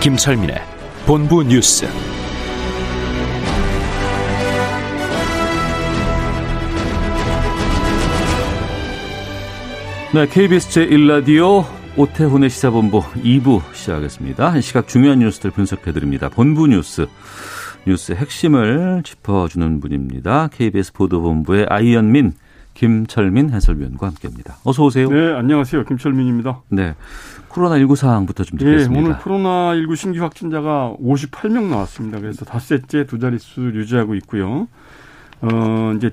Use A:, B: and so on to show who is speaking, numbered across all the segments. A: 김철민의 본부 뉴스.
B: 네, KBS 제1라디오 오태훈의 시사본부 2부 시작하겠습니다. 한 시각 중요한 뉴스들 분석해드립니다. 본부 뉴스, 뉴스 핵심을 짚어주는 분입니다. KBS 보도본부의 아이언민, 김철민 해설위원과 함께합니다. 어서 오세요. 네,
C: 네, 안녕하세요. 김철민입니다.
B: 코로나19 상황부터 좀
C: 예,
B: 듣겠습니다.
C: 오늘 코로나19 신규 확진자가 58명 나왔습니다. 그래서 닷새째 두 자릿수 유지하고 있고요. 어, 이제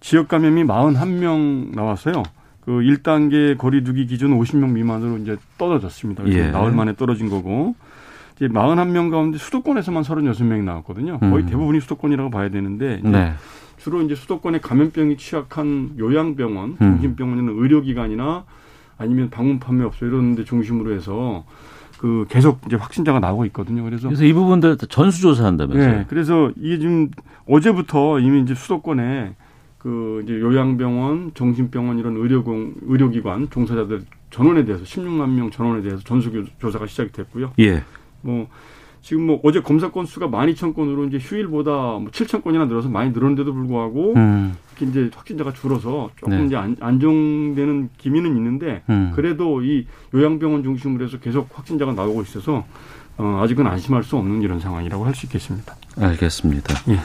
C: 지역 감염이 41명 나와서요. 그 1단계 거리두기 기준 50명 미만으로 이제 떨어졌습니다. 그래서
B: 예.
C: 나흘 만에 떨어진 거고. 이제 41명 가운데 수도권에서만 36명이 나왔거든요. 거의
B: 음.
C: 대부분이 수도권이라고 봐야 되는데 이제
B: 네,
C: 주로 이제 수도권에 감염병이 취약한 요양병원,
B: 음.
C: 정신병원이나 의료기관이나 아니면 방문 판매업소 이런 데 중심으로 해서 그 계속 이제 확진자가 나오고 있거든요. 그래서
B: 그래서 이 부분들 전수조사한다면서요.
C: 예, 그래서 이게 지금 어제부터 이미 이제 수도권에 그 이제 요양병원, 정신병원 이런 의료공 의료기관 종사자들 전원에 대해서 16만 명 전원에 대해서 전수 조사가 시작이 됐고요.
B: 예,
C: 뭐 지금 뭐 어제 검사 건수가 12,000건으로 이제 휴일보다 뭐 7,000건이나 늘어서 많이 늘었는데도 불구하고
B: 음,
C: 특히 이제 확진자가 줄어서 조금
B: 네.
C: 이제 안, 안정되는 기미는 있는데
B: 음.
C: 그래도 이 요양병원 중심으로 해서 계속 확진자가 나오고 있어서 어, 아직은 안심할 수 없는 이런 상황이라고 할 수 있겠습니다.
B: 네, 알겠습니다.
C: 예.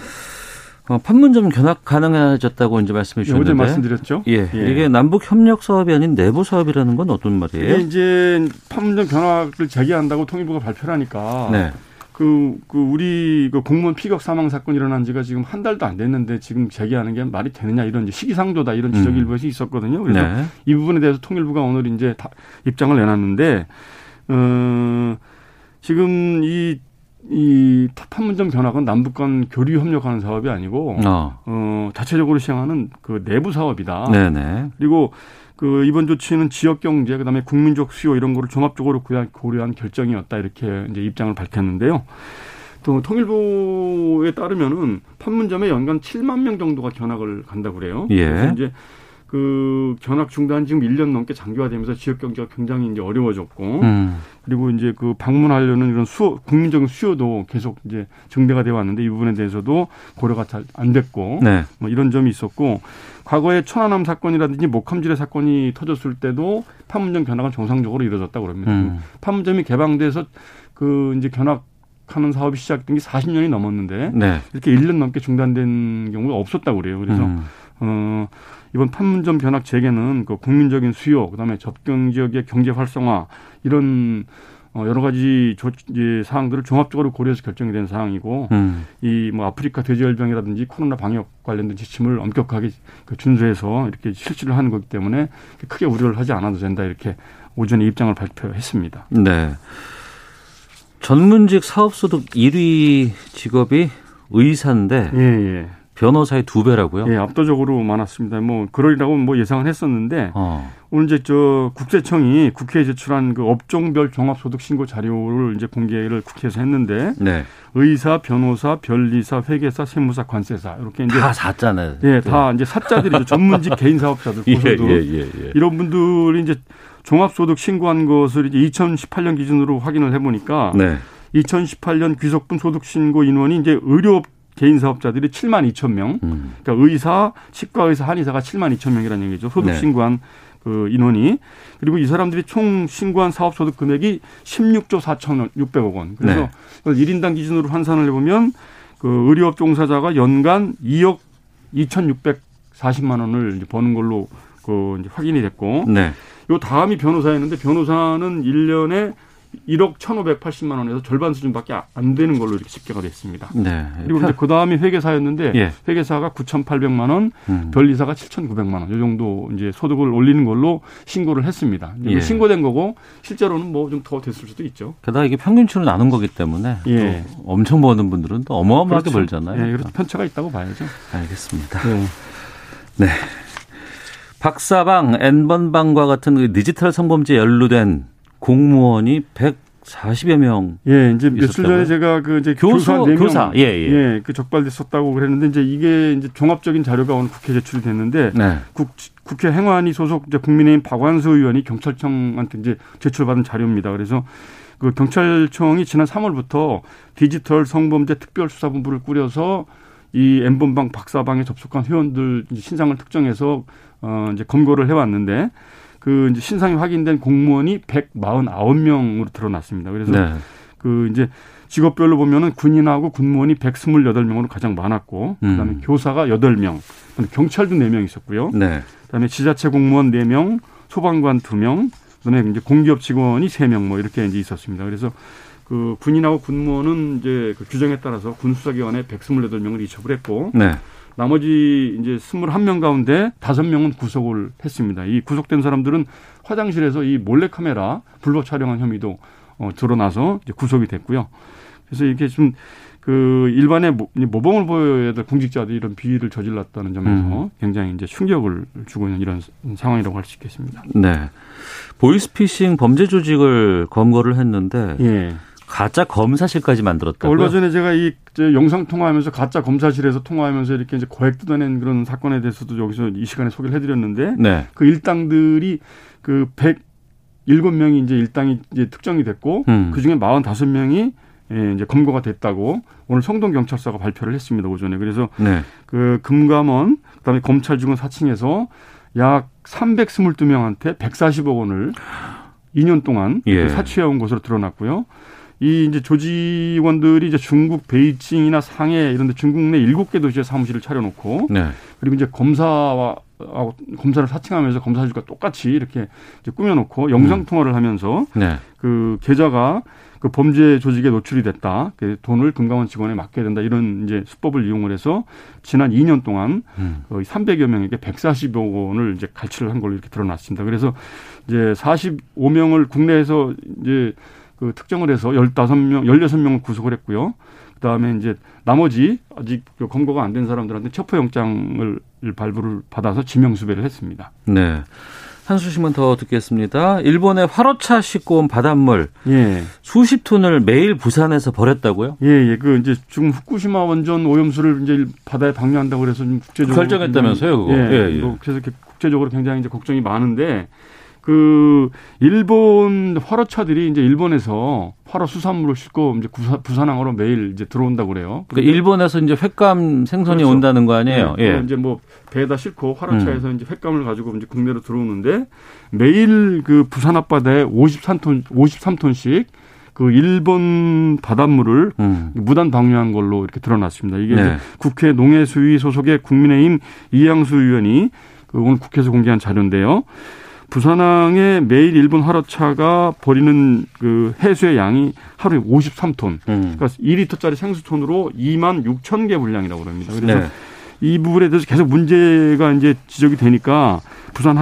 B: 어, 판문점 견학 가능해졌다고 이제 말씀해
C: 예, 어제
B: 주셨는데
C: 말씀드렸죠.
B: 예, 이게 남북 협력 사업이 아닌 내부 사업이라는 건 어떤
C: 이게
B: 말이에요?
C: 이제 판문점 견학을 제기한다고 통일부가 발표를 하니까
B: 네.
C: 그, 그 우리 그 공무원 피격 사망 사건 일어난 지가 지금 한 달도 안 됐는데 지금 제기하는 게 말이 되느냐 이런 이제 시기상조다 이런 지적이
B: 음.
C: 일부에서 있었거든요. 그래서
B: 네.
C: 이 부분에 대해서 통일부가 오늘 이제 다 입장을 내놨는데 어, 지금 이, 이 판문점 견학은 남북 간 교류 협력하는 사업이 아니고
B: 어.
C: 어, 자체적으로 시행하는 그 내부 사업이다.
B: 네네.
C: 그리고 그 이번 조치는 지역 경제 그다음에 국민적 수요 이런 거를 종합적으로 고려- 고려한 결정이었다 이렇게 이제 입장을 밝혔는데요. 또 통일부에 따르면은 판문점에 연간 7만 명 정도가 견학을 간다고 그래요.
B: 예.
C: 그래서 이제 그 견학 중단 지금 1년 넘게 장기화되면서 지역 경제가 굉장히 이제 어려워졌고
B: 음.
C: 그리고 이제 그 방문하려는 이런 수요 국민적인 수요도 계속 이제 증대가 되어 왔는데 이 부분에 대해서도 고려가 잘 안 됐고
B: 네.
C: 뭐 이런 점이 있었고 과거에 천안함 사건이라든지 목함질의 사건이 터졌을 때도 판문점 견학은 정상적으로 이루어졌다고 그럽니다.
B: 음.
C: 판문점이 개방돼서 그 이제 견학하는 사업이 시작된 게 40년이 넘었는데
B: 네.
C: 이렇게 1년 넘게 중단된 경우가 없었다고 그래요. 그래서
B: 음.
C: 어 이번 판문점 견학 재개는 그 국민적인 수요 그다음에 접경 지역의 경제 활성화 이런 어, 여러 가지 조, 이 사항들을 종합적으로 고려해서 결정이 된 사항이고
B: 음.
C: 이 뭐 아프리카 돼지열병이라든지 코로나 방역 관련된 지침을 엄격하게 그 준수해서 이렇게 실시를 하는 거기 때문에 크게 우려를 하지 않아도 된다 이렇게 오전에 입장을 발표했습니다.
B: 네. 전문직 사업소득 1위 직업이 의사인데
C: 예, 예.
B: 변호사의 두 배라고요?
C: 예, 압도적으로 많았습니다. 뭐 그러리라고 뭐 예상을 했었는데
B: 어.
C: 오늘 이제 저 국세청이 국회에 제출한 그 업종별 종합소득 신고 자료를 이제 공개를 국회에서 했는데
B: 네.
C: 의사, 변호사, 변리사, 회계사, 세무사, 관세사 이렇게 이제
B: 다 샀잖아요.
C: 예, 다 이제 사자들이죠. 전문직 개인 사업자들
B: 예,
C: 고소득
B: 예, 예, 예.
C: 이런 분들이 이제 종합소득 신고한 것을 이제 2018년 기준으로 확인을 해보니까
B: 네.
C: 2018년 귀속분 소득 신고 인원이 이제 의료 개인 사업자들이 7만 2천 명,
B: 음.
C: 그러니까 의사, 치과 의사, 한의사가 7만 2천 명이라는 얘기죠. 소득
B: 네.
C: 신고한 그 인원이 그리고 이 사람들이 총 신고한 사업 소득 금액이 16조 4천 6백억 원.
B: 네.
C: 그래서 일 1인당 기준으로 환산을 해보면 그 의료업 종사자가 연간 2억 2,640만 원을 이제 버는 걸로 그 이제 확인이 됐고
B: 네.
C: 요 다음이 변호사였는데 변호사는 일년에 1억 1,580만 원에서 절반 수준밖에 안 되는 걸로 이렇게 집계가 됐습니다.
B: 네.
C: 그리고 이제 그 다음이 회계사였는데
B: 예.
C: 회계사가 9,800만 원,
B: 음.
C: 변리사가 7,900만 원, 이 정도 이제 소득을 올리는 걸로 신고를 했습니다. 이제 뭐
B: 예.
C: 신고된 거고 실제로는 뭐 좀 더 됐을 수도 있죠.
B: 게다가 이게 평균치로 나눈 거기 때문에
C: 예.
B: 또 엄청 버는 분들은 또 어마어마하게 벌잖아요. 예.
C: 예, 그렇죠. 편차가 있다고 봐야죠.
B: 알겠습니다. 박사방, N번방과 같은 그 디지털 성범죄에 연루된 공무원이 140여 명.
C: 예, 이제 며칠
B: 있었다고요?
C: 전에 제가 그 이제
B: 교수,
C: 교사 네 명,
B: 교사. 예, 예.
C: 그 적발됐었다고 그랬는데 이제 이게 이제 종합적인 자료가 오늘 국회 제출이 됐는데
B: 네.
C: 국, 국회 행안위 소속 이제 국민의힘 박완수 의원이 경찰청한테 이제 제출받은 자료입니다. 그래서 그 경찰청이 지난 3월부터 디지털 성범죄 특별수사본부를 꾸려서 이 엠번방 박사방에 접속한 회원들 이제 신상을 특정해서 어 이제 검거를 해왔는데 그 이제 신상이 확인된 공무원이 149명으로 드러났습니다. 그래서
B: 네.
C: 그 이제 직업별로 보면은 군인하고 군무원이 128명으로 가장 많았고 그다음에
B: 음.
C: 교사가 8명, 그다음에 경찰도 4명 있었고요.
B: 네.
C: 그다음에 지자체 공무원 4명, 소방관 2명, 그다음에 이제 공기업 직원이 3명 뭐 이렇게 이제 있었습니다. 그래서 그 군인하고 군무원은 이제 그 규정에 따라서 군수사기관에 128명을 이첩을 했고
B: 네.
C: 나머지 이제 21명 가운데 5명은 구속을 했습니다. 이 구속된 사람들은 화장실에서 이 몰래카메라 불법 촬영한 혐의도 어, 드러나서 이제 구속이 됐고요. 그래서 이렇게 좀 그 일반의 모- 이 모범을 보여야 될 공직자들이 이런 비위를 저질렀다는 점에서 굉장히 이제 충격을 주고 있는 이런 상황이라고 할 수 있겠습니다.
B: 네. 보이스피싱 범죄 조직을 검거를 했는데
C: 예.
B: 가짜 검사실까지 만들었다고요?
C: 그러니까 얼마 전에 제가 이 이제 영상 통화하면서 가짜 검사실에서 통화하면서 이렇게 이제 고액 뜯어낸 그런 사건에 대해서도 여기서 이 시간에 소개를 해드렸는데
B: 네.
C: 그 일당들이 그 107명이 이제 일당이 이제 특정이 됐고
B: 음.
C: 그중에 45명이 예, 이제 검거가 됐다고 오늘 성동 경찰서가 발표를 했습니다 오전에 그래서
B: 네.
C: 그 금감원 그다음에 검찰중원 4층에서 약 322명한테 140억 원을 2년 동안
B: 예.
C: 사취해온 것으로 드러났고요. 이 이제 조직원들이 이제 중국 베이징이나 상해 이런 데 중국 내 일곱 개 도시에 사무실을 차려놓고
B: 네.
C: 그리고 이제 검사와 하고 검사를 사칭하면서 검사실과 똑같이 이렇게 이제 꾸며놓고 영상 통화를 하면서
B: 네.
C: 그 계좌가 그 범죄 조직에 노출이 됐다. 그 돈을 금감원 직원에 맡겨야 된다. 이런 이제 수법을 이용을 해서 지난 2년 동안
B: 음.
C: 거의 300여 명에게 140억 원을 이제 갈취를 한 걸로 이렇게 드러났습니다. 그래서 이제 45명을 국내에서 이제 그 특정을 해서 15명, 16명을 구속을 했고요. 그 다음에 이제 나머지 아직 그 검거가 안 된 사람들한테 체포영장을 발부를 받아서 지명수배를 했습니다.
B: 네. 한 수씩만 더 듣겠습니다. 일본의 화로차 싣고 온 바닷물
C: 예.
B: 수십 톤을 매일 부산에서 버렸다고요?
C: 예, 예. 그 이제 지금 후쿠시마 원전 오염수를 이제 바다에 방류한다고 그래서 좀 국제적으로
B: 결정했다면서요, 그거?
C: 굉장히- 예.
B: 예, 예.
C: 뭐 그래서 이렇게 국제적으로 굉장히 이제 걱정이 많은데 그 일본 화로차들이 이제 일본에서 화로 수산물을 싣고 이제 구사- 부산항으로 매일 이제 들어온다고 그래요.
B: 그러니까 일본에서 이제 횟감 생선이
C: 음. 그렇죠.
B: 온다는 거 아니에요?
C: 예,
B: 예. 음.
C: 그걸 이제 뭐 배에다 싣고 화로차에서 이제 횟감을 가지고 이제 국내로 들어오는데 매일 그 부산 앞바다에 53톤 53톤씩 그 일본 바닷물을
B: 음.
C: 네. 무단 방류한 걸로 이렇게 드러났습니다. 이게
B: 네.
C: 이제 국회 농해수위 소속의 국민의힘 이양수 의원이 그 오늘 국회에서 공개한 자료인데요. 부산항에 매일 일본 화로차가 버리는 그 해수의 양이 하루에 53톤.
B: 음.
C: 그러니까 2리터짜리 생수톤으로 2만 6천 개 분량이라고 그럽니다. 그래서
B: 네.
C: 이 부분에 대해서 계속 문제가 이제 지적이 되니까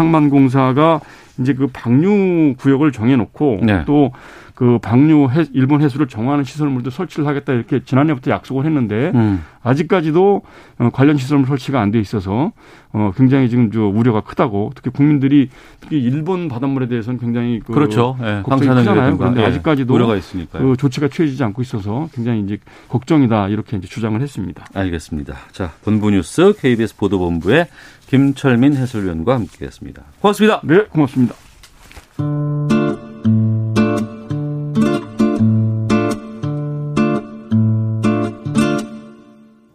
C: 부산항만공사가 이제 그 방류 구역을 정해놓고
B: 네.
C: 또 그 방류 해- 일본 해수를 정화하는 시설물도 설치를 하겠다 이렇게 지난해부터 약속을 했는데
B: 음.
C: 아직까지도 어, 관련 시설물 설치가 안 돼 있어서 어, 굉장히 지금 저 우려가 크다고 특히 국민들이 특히 일본 바닷물에 대해서는 굉장히 그
B: 그렇죠. 예.
C: 걱정이 크잖아요. 그런데 아직까지도
B: 우려가 있으니까요.
C: 그 조치가 취해지지 않고 있어서 굉장히 이제 걱정이다 이렇게 이제 주장을 했습니다.
B: 알겠습니다. 자, 본부 뉴스 KBS 보도본부의 김철민 해설위원과 함께했습니다. 고맙습니다.
C: 네, 고맙습니다.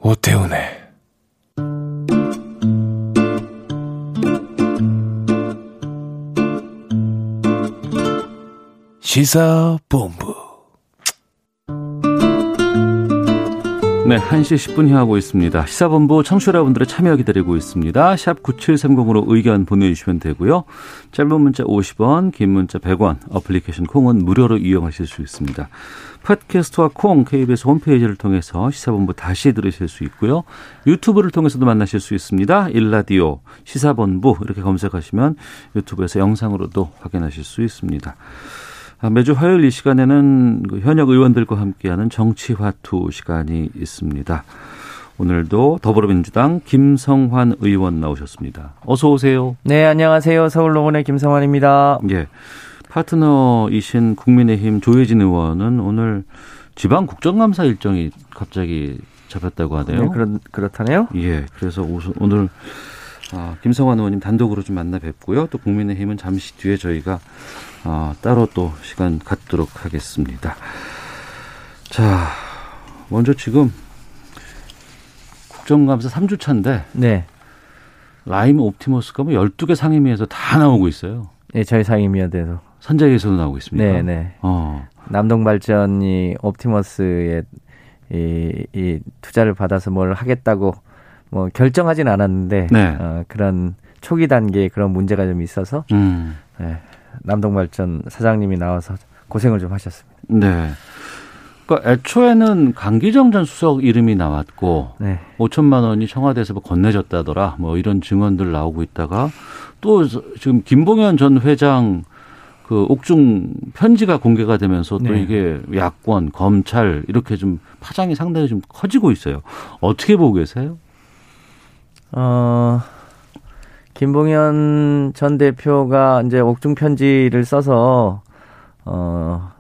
D: 오태훈의 시사본부
B: 네, 1시 10분 향하고 있습니다. 시사본부 청취자 여러분들의 참여 기다리고 있습니다. 샵 9730으로 의견 보내주시면 되고요. 짧은 문자 50원, 긴 문자 100원, 어플리케이션 콩은 무료로 이용하실 수 있습니다. 팟캐스트와 콩, KBS 홈페이지를 통해서 시사본부 다시 들으실 수 있고요. 유튜브를 통해서도 만나실 수 있습니다. 일라디오, 시사본부 이렇게 검색하시면 유튜브에서 영상으로도 확인하실 수 있습니다. 아, 매주 화요일 이 시간에는 그 현역 의원들과 함께하는 정치화투 시간이 있습니다. 오늘도 더불어민주당 김성환 의원 나오셨습니다. 어서 오세요.
E: 네, 안녕하세요. 서울로원의 김성환입니다.
B: 예. 파트너이신 국민의힘 조혜진 의원은 오늘 지방 국정감사 일정이 갑자기 잡혔다고 하네요.
E: 네, 그렇, 그렇다네요.
B: 예. 그래서 우선 오늘 아, 김성환 의원님 단독으로 좀 만나 뵙고요. 또 국민의힘은 잠시 뒤에 저희가 어, 따로 또 시간 갖도록 하겠습니다. 자, 먼저 지금 국정감사 3주 차인데
E: 네.
B: 라임 옵티머스가 뭐 12개 상임위에서 다 나오고 있어요.
E: 네, 저희 상임위원회도.
B: 선재에서도 나오고 있습니다.
E: 네, 네.
B: 어.
E: 남동발전이 옵티머스의 이, 이 투자를 받아서 뭘 하겠다고 뭐 결정하진 않았는데
B: 네.
E: 어, 그런 초기 단계에 그런 문제가 좀 있어서
B: 음.
E: 네, 남동발전 사장님이 나와서 고생을 좀 하셨습니다.
B: 네. 그러니까 애초에는 강기정 전 수석 이름이 나왔고
E: 네.
B: 5천만 원이 청와대에서 뭐 건네졌다더라 뭐 이런 증언들 나오고 있다가 또 지금 김봉현 전 회장 그 옥중 편지가 공개가 되면서 또
E: 네.
B: 이게 야권 검찰 이렇게 좀 파장이 상당히 좀 커지고 있어요. 어떻게 보고 계세요?
E: 어, 김봉현 전 대표가 이제 옥중 편지를 써서 어,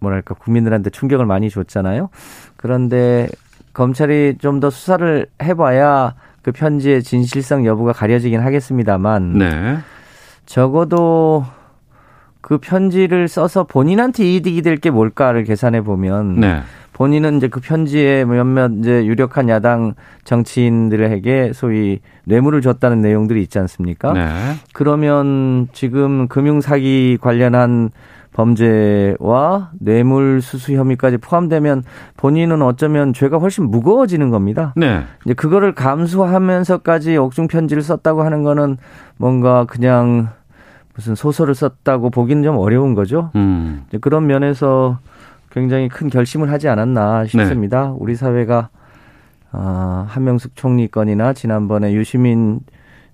E: 뭐랄까 국민들한테 충격을 많이 줬잖아요. 그런데 검찰이 좀 더 수사를 해봐야 그 편지의 진실성 여부가 가려지긴 하겠습니다만
B: 네.
E: 적어도 그 편지를 써서 본인한테 이득이 될 게 뭘까를 계산해 보면
B: 네.
E: 본인은 이제 그 편지에 몇몇 이제 유력한 야당 정치인들에게 소위 뇌물을 줬다는 내용들이 있지 않습니까?
B: 네.
E: 그러면 지금 금융 사기 관련한 범죄와 뇌물 수수 혐의까지 포함되면 본인은 어쩌면 죄가 훨씬 무거워지는 겁니다.
B: 네.
E: 이제 그거를 감수하면서까지 옥중 편지를 썼다고 하는 거는 뭔가 그냥 무슨 소설을 썼다고 보기는 좀 어려운 거죠.
B: 음.
E: 이제 그런 면에서 굉장히 큰 결심을 하지 않았나 싶습니다.
B: 네.
E: 우리 사회가 아, 한명숙 총리 건이나 지난번에 유시민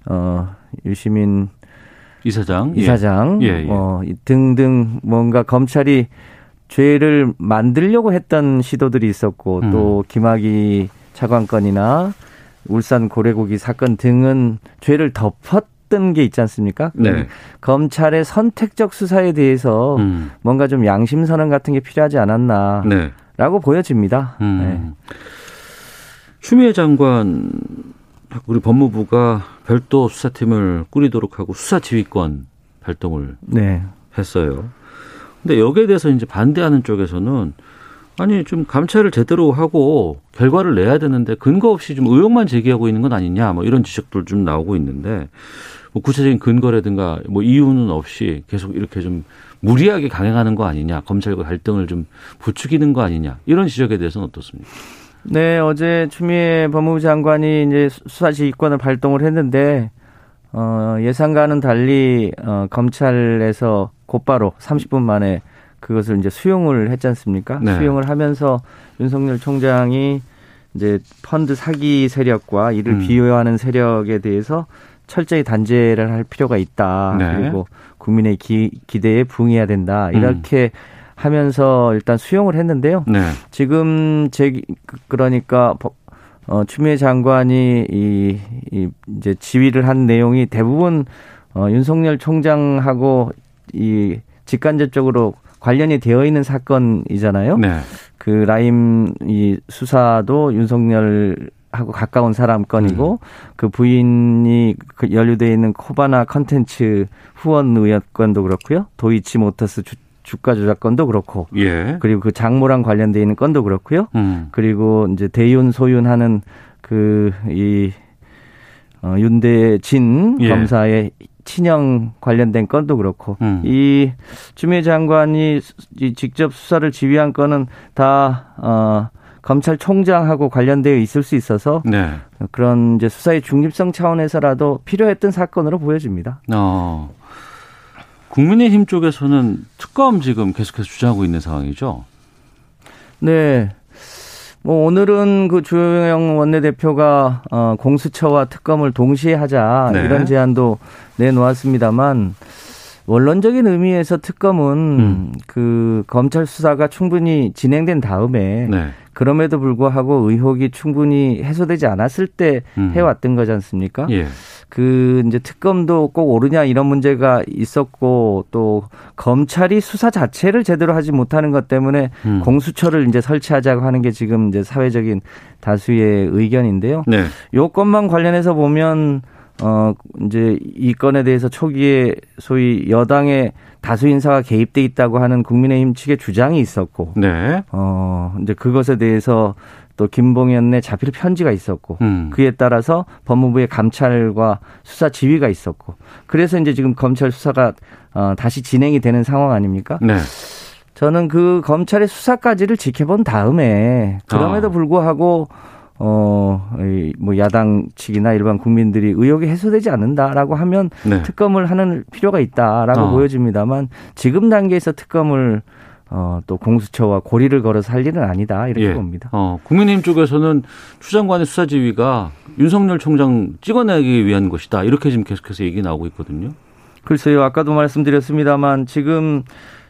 E: 어, 유시민
B: 이사장. 예.
E: 이사장
B: 예, 예.
E: 어, 이 등등 뭔가 검찰이 죄를 만들려고 했던 시도들이 있었고
B: 음.
E: 또 김학의 차관건이나 울산 고래고기 사건 등은 죄를 덮었던 게 있지 않습니까? 음,
B: 네.
E: 검찰의 선택적 수사에 대해서
B: 음.
E: 뭔가 좀 양심 선언 같은 게 필요하지 않았나라고
B: 네.
E: 보여집니다.
B: 음.
E: 네.
B: 추미애 장관 우리 법무부가 별도 수사팀을 꾸리도록 하고 수사 지휘권 발동을
E: 네.
B: 했어요. 근데 여기에 대해서 이제 반대하는 쪽에서는 아니 좀 감찰을 제대로 하고 결과를 내야 되는데 근거 없이 좀 의혹만 제기하고 있는 건 아니냐 뭐 이런 지적들 좀 나오고 있는데 뭐 구체적인 근거라든가 뭐 이유는 없이 계속 이렇게 좀 무리하게 강행하는 거 아니냐 검찰과 갈등을 좀 부추기는 거 아니냐 이런 지적에 대해서는 어떻습니까?
E: 네, 어제 추미애 법무부 장관이 이제 수사 지휘권을 발동을 했는데 어, 예상과는 달리 어, 검찰에서 곧바로 30분 만에 그것을 이제 수용을 했지 않습니까?
B: 네.
E: 수용을 하면서 윤석열 총장이 이제 펀드 사기 세력과 이를
B: 음.
E: 비호하는 세력에 대해서 철저히 단죄를 할 필요가 있다.
B: 네.
E: 그리고 국민의 기, 기대에 부응해야 된다. 이렇게
B: 음.
E: 하면서 일단 수용을 했는데요.
B: 네.
E: 지금 제 그- 그러니까 법- 어, 추미애 장관이 이, 이 이제 지휘를 한 내용이 대부분 어, 윤석열 총장하고 이 직간접적으로 관련이 되어 있는 사건이잖아요.
B: 네.
E: 그 라임 이 수사도 윤석열 하고 가까운 사람 건이고 그 부인이 그 연루돼 있는 코바나 컨텐츠 후원 의약건도 그렇고요. 도이치 모터스 주, 주가 조작건도 그렇고
B: 예.
E: 그리고 그 장모랑 관련돼 있는 건도 그렇고요.
B: 음.
E: 그리고 이제 대윤 소윤하는 그 이 어, 윤대진
B: 예.
E: 검사의 친형 관련된 건도 그렇고
B: 음.
E: 이 추미애 장관이 수- 이 직접 수사를 지휘한 건은 다 어, 검찰총장하고 관련되어 있을 수 있어서
B: 네.
E: 그런 이제 수사의 중립성 차원에서라도 필요했던 사건으로 보여집니다.
B: 어. 국민의힘 쪽에서는 특검 지금 계속해서 주장하고 있는 상황이죠.
E: 네. 뭐 오늘은 그 주호영 원내대표가 어 공수처와 특검을 동시에 하자
B: 네.
E: 이런 제안도 내놓았습니다만 원론적인 의미에서 특검은
B: 음.
E: 그 검찰 수사가 충분히 진행된 다음에
B: 네.
E: 그럼에도 불구하고 의혹이 충분히 해소되지 않았을 때
B: 음.
E: 해왔던 거지 않습니까?
B: 예.
E: 그 이제 특검도 꼭 오르냐 이런 문제가 있었고 또 검찰이 수사 자체를 제대로 하지 못하는 것 때문에
B: 음.
E: 공수처를 이제 설치하자고 하는 게 지금 이제 사회적인 다수의 의견인데요.
B: 네.
E: 요 건만 관련해서 보면 어 이제 이 건에 대해서 초기에 소위 여당의 다수 인사가 개입돼 있다고 하는 국민의힘 측의 주장이 있었고
B: 네.
E: 어 이제 그것에 대해서 또 김봉현의 자필 편지가 있었고
B: 음.
E: 그에 따라서 법무부의 감찰과 수사 지휘가 있었고 그래서 이제 지금 검찰 수사가 어, 다시 진행이 되는 상황 아닙니까?
B: 네.
E: 저는 그 검찰의 수사까지를 지켜본 다음에 그럼에도
B: 아.
E: 불구하고 어, 어뭐 야당 측이나 일반 국민들이 의혹이 해소되지 않는다라고 하면
B: 네.
E: 특검을 하는 필요가 있다라고
B: 아.
E: 보여집니다만 지금 단계에서 특검을 어, 또 공수처와 고리를 걸어서 할 일은 아니다 이렇게
B: 예.
E: 봅니다.
B: 어, 국민의힘 쪽에서는 추장관의 수사지휘가 윤석열 총장 찍어내기 위한 것이다. 이렇게 지금 계속해서 얘기 나오고 있거든요.
E: 글쎄요, 아까도 말씀드렸습니다만 지금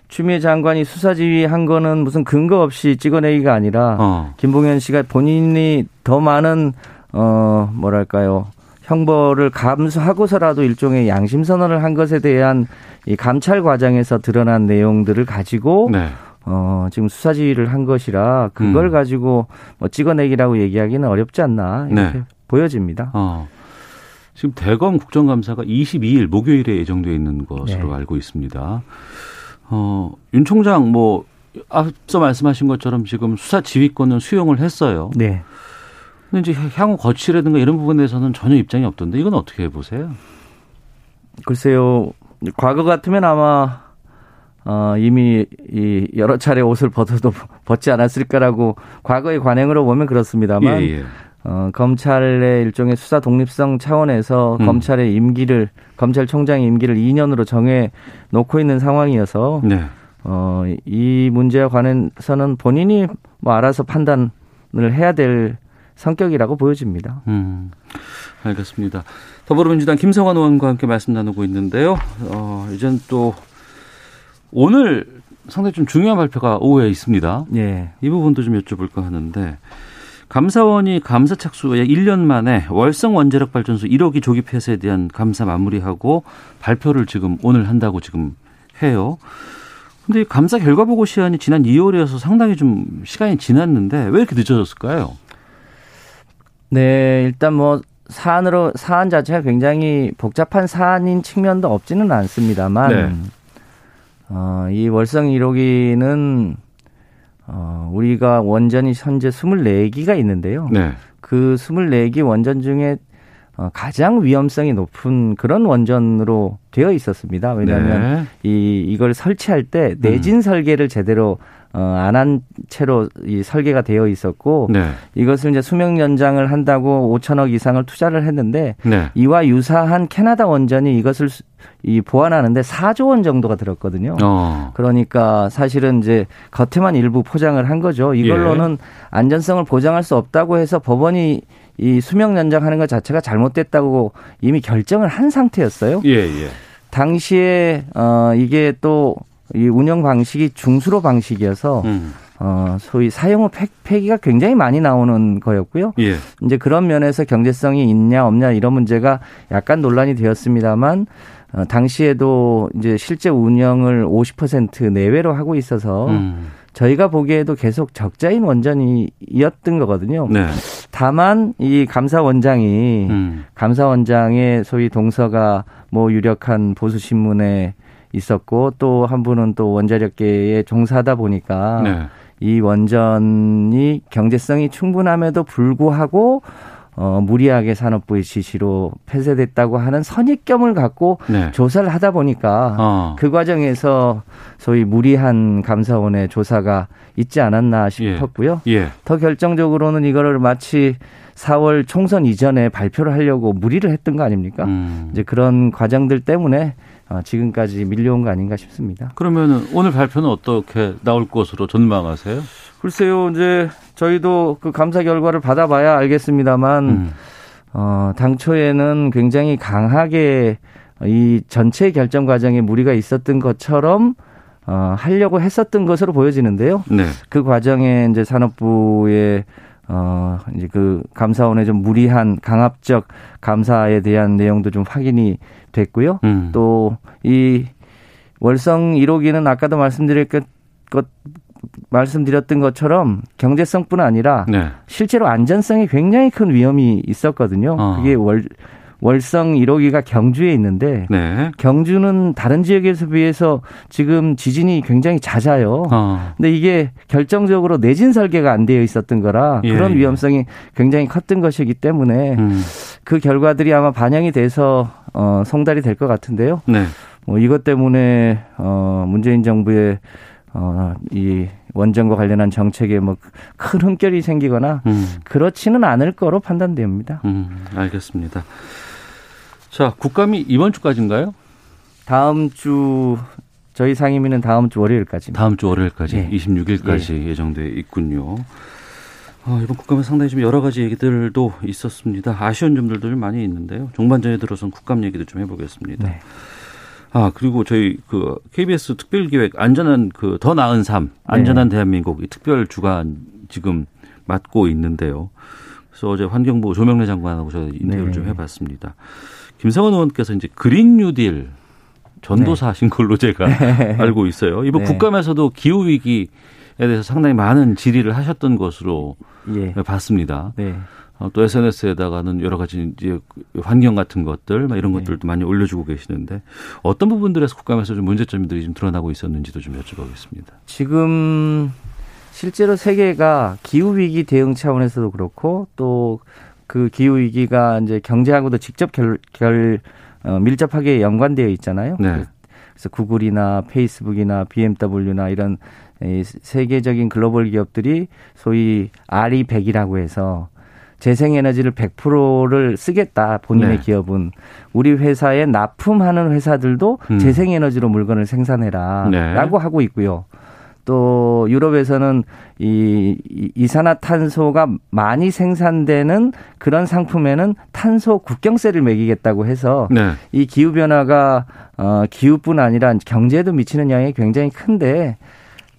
E: 추미애 장관이 수사지휘한 거는 무슨 근거 없이 찍어내기가 아니라
B: 어.
E: 김봉현 씨가 본인이 더 많은 어 뭐랄까요 형벌을 감수하고서라도 일종의 양심 선언을 한 것에 대한 이 감찰 과정에서 드러난 내용들을 가지고
B: 네.
E: 어 지금 수사지휘를 한 것이라 그걸
B: 음.
E: 가지고 뭐 찍어내기라고 얘기하기는 어렵지 않나 이렇게
B: 네.
E: 보여집니다.
B: 어. 지금 대검 국정감사가 22일 목요일에 예정돼 있는 것으로
E: 네.
B: 알고 있습니다. 어, 윤 총장 뭐 앞서 말씀하신 것처럼 지금 수사 지휘권은 수용을 했어요.
E: 네.
B: 근데 이제 향후 거취라든가 이런 부분에서는 전혀 입장이 없던데 이건 어떻게 보세요?
E: 글쎄요, 과거 같으면 아마 어, 이미 이 여러 차례 옷을 벗어도 벗지 않았을까라고 과거의 관행으로 보면 그렇습니다만
B: 예,
E: 어, 검찰의 일종의 수사 독립성 차원에서
B: 음.
E: 검찰의 임기를 검찰총장의 임기를 2년으로 정해 놓고 있는 상황이어서
B: 네.
E: 어, 이 문제와 관해서는 본인이 뭐 알아서 판단을 해야 될 성격이라고 보여집니다.
B: 음, 알겠습니다. 더불어민주당 김성환 의원과 함께 말씀 나누고 있는데요. 어, 이젠 또 오늘 상당히 좀 중요한 발표가 오후에 있습니다.
E: 예.
B: 이 부분도 좀 여쭤볼까 하는데 감사원이 감사 착수에 1년 만에 월성 원자력 발전소 1호기 조기 폐쇄에 대한 감사 마무리하고 발표를 지금 오늘 한다고 지금 해요. 근데 이 감사 결과 보고 시한이 지난 2월이어서 상당히 좀 시간이 지났는데 왜 이렇게 늦어졌을까요?
E: 네, 일단 뭐 사안으로 사안 자체가 굉장히 복잡한 사안인 측면도 없지는 않습니다만
B: 네.
E: 어, 이 월성 1호기는 어, 우리가 원전이 현재 24기가 있는데요.
B: 네.
E: 그 24기 원전 중에 어, 가장 위험성이 높은 그런 원전으로 되어 있었습니다. 왜냐하면
B: 네.
E: 이 이걸 설치할 때
B: 음.
E: 내진 설계를 제대로 어, 안 한 채로 이 설계가 되어 있었고
B: 네.
E: 이것을 이제 수명 연장을 한다고 5천억 이상을 투자를 했는데
B: 네.
E: 이와 유사한 캐나다 원전이 이것을 수- 이 보완하는데 4조 원 정도가 들었거든요.
B: 어.
E: 그러니까 사실은 이제 겉에만 일부 포장을 한 거죠.
B: 예.
E: 이걸로는 안전성을 보장할 수 없다고 해서 법원이 이 수명 연장하는 것 자체가 잘못됐다고 이미 결정을 한 상태였어요.
B: 예, 예.
E: 당시에 어 이게 또 이 운영 방식이 중수로 방식이어서
B: 음.
E: 어 소위 사용후 폐- 폐기가 굉장히 많이 나오는 거였고요.
B: 예.
E: 이제 그런 면에서 경제성이 있냐 없냐 이런 문제가 약간 논란이 되었습니다만 어, 당시에도 이제 실제 운영을 50% 내외로 하고 있어서
B: 음.
E: 저희가 보기에도 계속 적자인 원전이었던 거거든요.
B: 네.
E: 다만 이 감사원장이
B: 음.
E: 감사원장의 소위 동서가 뭐 유력한 보수 신문에 있었고 또 한 분은 또 원자력계에 종사하다 보니까
B: 네.
E: 이 원전이 경제성이 충분함에도 불구하고 어, 무리하게 산업부의 지시로 폐쇄됐다고 하는 선입견을 갖고
B: 네.
E: 조사를 하다 보니까
B: 아.
E: 그 과정에서 소위 무리한 감사원의 조사가 있지 않았나 싶었고요.
B: 예.
E: 더 결정적으로는 이거를 마치 4월 총선 이전에 발표를 하려고 무리를 했던 거 아닙니까?
B: 음.
E: 이제 그런 과정들 때문에 어, 지금까지 밀려온 거 아닌가 싶습니다.
B: 그러면 오늘 발표는 어떻게 나올 것으로 전망하세요?
E: 글쎄요, 이제 저희도 그 감사 결과를 받아봐야 알겠습니다만
B: 음.
E: 어, 당초에는 굉장히 강하게 이 전체 결정 과정에 무리가 있었던 것처럼 어, 하려고 했었던 것으로 보여지는데요.
B: 네.
E: 그 과정에 이제 산업부의 어, 이제 그 감사원의 좀 무리한 강압적 감사에 대한 내용도 좀 확인이 됐고요.
B: 음.
E: 또 이 월성 1호기는 아까도 말씀드릴 것, 것 말씀드렸던 것처럼 경제성뿐 아니라
B: 네.
E: 실제로 안전성에 굉장히 큰 위험이 있었거든요.
B: 아.
E: 그게 월, 월성 1호기가 경주에 있는데
B: 네.
E: 경주는 다른 지역에서 비해서 지금 지진이 굉장히 잦아요.
B: 아.
E: 근데 이게 결정적으로 내진 설계가 안 되어 있었던 거라
B: 예,
E: 그런
B: 예.
E: 위험성이 굉장히 컸던 것이기 때문에
B: 음.
E: 그 결과들이 아마 반영이 돼서 어, 송달이 될 것 같은데요.
B: 네.
E: 뭐 이것 때문에 어 문재인 정부의 어이 원전과 관련한 정책에 뭐 큰 흠결이 생기거나
B: 음.
E: 그렇지는 않을 거로 판단됩니다.
B: 음. 알겠습니다. 자, 국감이 이번 주까지인가요?
E: 다음 주 저희 상임위는 다음 주 월요일까지입니다.
B: 다음 주 월요일까지,
E: 예.
B: 26일까지 예. 정돼 있군요. 아, 이번 국감에 상당히 좀 여러 가지 얘기들도 있었습니다. 아쉬운 점들도 좀 많이 있는데요. 종반전에 들어선 국감 얘기도 좀 해보겠습니다.
E: 네.
B: 아 그리고 저희 그 KBS 특별기획 안전한 그 더 나은 삶 안전한
E: 네.
B: 대한민국 이 특별 주간 지금 맡고 있는데요. 그래서 어제 환경부 조명래 장관하고 제가 인터뷰를
E: 네.
B: 좀 해봤습니다. 김성원 의원께서 이제 그린 뉴딜 전도사신 걸로 제가 알고 있어요. 이번
E: 네.
B: 국감에서도 기후 위기에 대해서 상당히 많은 질의를 하셨던 것으로
E: 예.
B: 봤습니다.
E: 네.
B: 어, 또 SNS에다가는 여러 가지 이제 그 환경 같은 것들 막 이런
E: 네.
B: 것들도 많이 올려주고 계시는데 어떤 부분들에서 국감에서 좀 문제점들이 좀 드러나고 있었는지도 좀 여쭤보겠습니다.
E: 지금 실제로 세계가 기후 위기 대응 차원에서도 그렇고 또 그 기후 위기가 이제 경제하고도 직접 결, 결 어, 밀접하게 연관되어 있잖아요.
B: 네.
E: 그래서 구글이나 페이스북이나 BMW나 이런 이 세계적인 글로벌 기업들이 소위 RE100이라고 해서 재생에너지를 100%를 쓰겠다 본인의
B: 네.
E: 기업은 우리 회사에 납품하는 회사들도
B: 음.
E: 재생에너지로 물건을 생산해라라고
B: 네.
E: 하고 있고요. 또 유럽에서는 이 이- 이산화탄소가 많이 생산되는 그런 상품에는 탄소 국경세를 매기겠다고 해서
B: 네.
E: 이 기후 변화가 어 기후뿐 아니라 경제에도 미치는 영향이 굉장히 큰데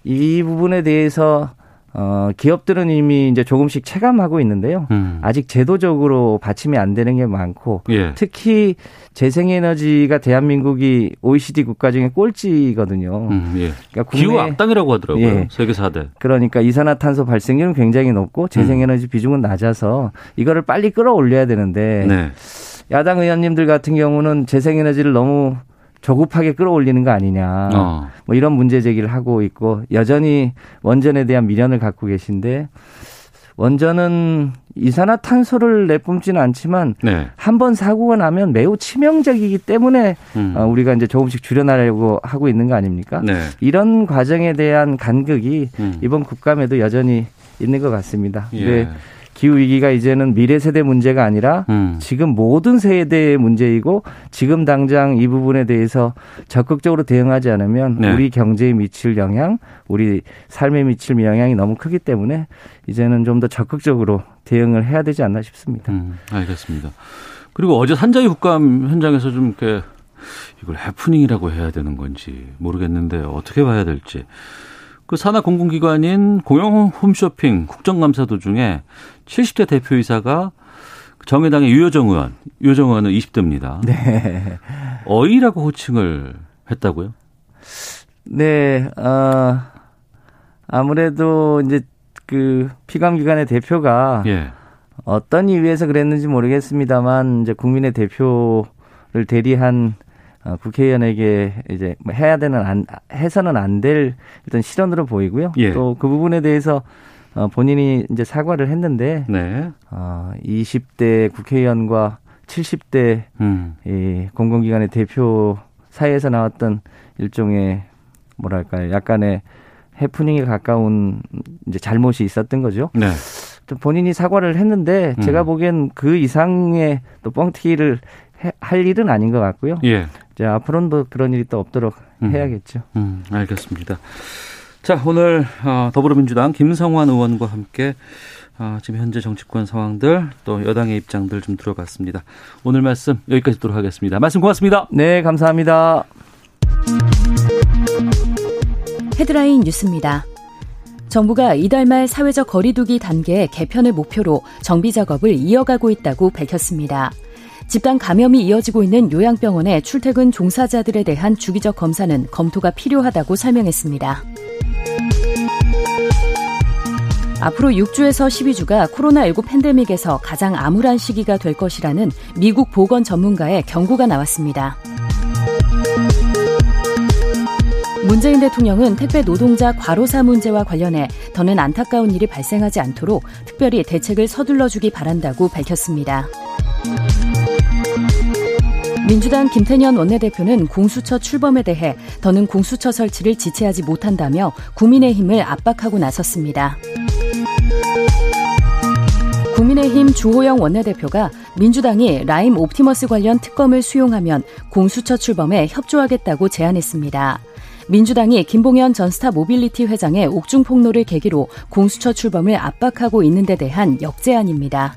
E: 이 부분에 대해서 어 기업들은 이미 이제 조금씩 체감하고 있는데요.
B: 음.
E: 아직 제도적으로 받침이 안 되는 게 많고
B: 예.
E: 특히 재생에너지가 대한민국이 OECD 국가 중에 꼴찌거든요.
B: 음, 예.
E: 그러니까 국내-
B: 기후 악당이라고 하더라고요.
E: 예.
B: 세계 4대.
E: 그러니까 이산화탄소 발생률은 굉장히 높고 재생에너지 비중은 낮아서 이거를 빨리 끌어올려야 되는데
B: 음. 네.
E: 야당 의원님들 같은 경우는 재생에너지를 너무 조급하게 끌어올리는 거 아니냐.
B: 어.
E: 뭐 이런 문제 제기를 하고 있고 여전히 원전에 대한 미련을 갖고 계신데 원전은 이산화탄소를 내뿜지는 않지만
B: 네.
E: 한 번 사고가 나면 매우 치명적이기 때문에
B: 음.
E: 어, 우리가 이제 조금씩 줄여나려고 하고 있는 거 아닙니까?
B: 네.
E: 이런 과정에 대한 간극이
B: 음.
E: 이번 국감에도 여전히 있는 것 같습니다.
B: 예.
E: 근데 기후 위기가 이제는 미래 세대 문제가 아니라
B: 음.
E: 지금 모든 세대의 문제이고 지금 당장 이 부분에 대해서 적극적으로 대응하지 않으면
B: 네.
E: 우리 경제에 미칠 영향, 우리 삶에 미칠 영향이 너무 크기 때문에 이제는 좀 더 적극적으로 대응을 해야 되지 않나 싶습니다.
B: 음, 알겠습니다. 그리고 어제 산자위 국감 현장에서 좀 이렇게 이걸 해프닝이라고 해야 되는 건지 모르겠는데 어떻게 봐야 될지. 그 산하 공공기관인 공영 홈쇼핑 국정감사 도중에 70대 대표이사가 정의당의 유효정 의원, 유효정 의원은 20대입니다. 어이라고 호칭을 했다고요?
E: 네, 어, 아무래도 이제 그 피감기관의 대표가
B: 예.
E: 어떤 이유에서 그랬는지 모르겠습니다만 이제 국민의 대표를 대리한 어, 국회의원에게 이제 뭐 해야 되는 안, 해서는 안 될 일단 실언으로 보이고요.
B: 예.
E: 또 그 부분에 대해서 어, 본인이 이제 사과를 했는데
B: 네.
E: 어, 20대 국회의원과 70대
B: 음.
E: 이 공공기관의 대표 사이에서 나왔던 일종의 뭐랄까요 약간의 해프닝에 가까운 이제 잘못이 있었던 거죠.
B: 네.
E: 또 본인이 사과를 했는데
B: 음.
E: 제가 보기엔 그 이상의 또 뻥튀기를 해- 할 일은 아닌 것 같고요.
B: 예.
E: 이제 앞으로는 뭐 그런 일이 또 없도록
B: 음.
E: 해야겠죠.
B: 음, 알겠습니다. 자, 오늘 어, 더불어민주당 김성환 의원과 함께 어, 지금 현재 정치권 상황들 또 여당의 입장들 좀 들어봤습니다. 오늘 말씀 여기까지 듣도록 하겠습니다. 말씀 고맙습니다.
E: 네, 감사합니다.
F: 헤드라인 뉴스입니다. 정부가 이달 말 사회적 거리두기 단계 개편을 목표로 정비 작업을 이어가고 있다고 밝혔습니다. 집단 감염이 이어지고 있는 요양병원의 출퇴근 종사자들에 대한 주기적 검사는 검토가 필요하다고 설명했습니다. 앞으로 6주에서 12주가 코로나19 팬데믹에서 가장 암울한 시기가 될 것이라는 미국 보건 전문가의 경고가 나왔습니다. 문재인 대통령은 택배 노동자 과로사 문제와 관련해 더는 안타까운 일이 발생하지 않도록 특별히 대책을 서둘러주기 바란다고 밝혔습니다. 민주당 김태년 원내대표는 공수처 출범에 대해 더는 공수처 설치를 지체하지 못한다며 국민의힘을 압박하고 나섰습니다. 국민의힘 주호영 원내대표가 민주당이 라임 옵티머스 관련 특검을 수용하면 공수처 출범에 협조하겠다고 제안했습니다. 민주당이 김봉현 전 스타 모빌리티 회장의 옥중 폭로를 계기로 공수처 출범을 압박하고 있는 데 대한 역제안입니다.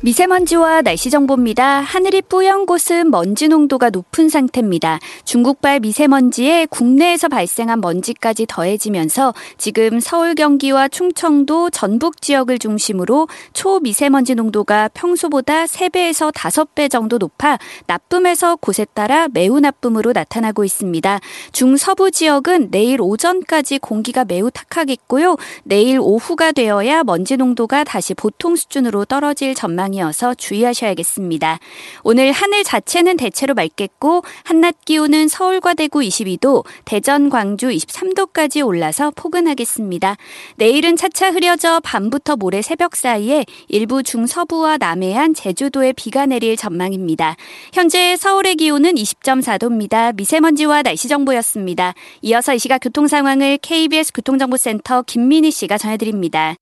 G: 미세먼지와 날씨 정보입니다. 하늘이 뿌연 곳은 먼지 농도가 높은 상태입니다. 중국발 미세먼지에 국내에서 발생한 먼지까지 더해지면서 지금 서울 경기와 충청도 전북 지역을 중심으로 초미세먼지 농도가 평소보다 3배에서 5배 정도 높아 나쁨에서 곳에 따라 매우 나쁨으로 나타나고 있습니다. 중서부 지역은 내일 오전까지 공기가 매우 탁하겠고요. 내일 오후가 되어야 먼지 농도가 다시 보통 수준으로 떨어질 전망이어서 주의하셔야겠습니다. 오늘 하늘 자체는 대체로 맑겠고 한낮 기온은 서울과 대구 22도, 대전, 광주 23도까지 올라서 포근하겠습니다. 내일은 차차 흐려져 밤부터 모레 새벽 사이에 일부 중서부와 남해안, 제주도에 비가 내릴 전망입니다. 현재 서울의 기온은 20.4도입니다. 미세먼지와 날씨 정보였습니다. 이어서 이 시각 교통 상황을 KBS 교통정보센터 김민희 씨가 전해드립니다.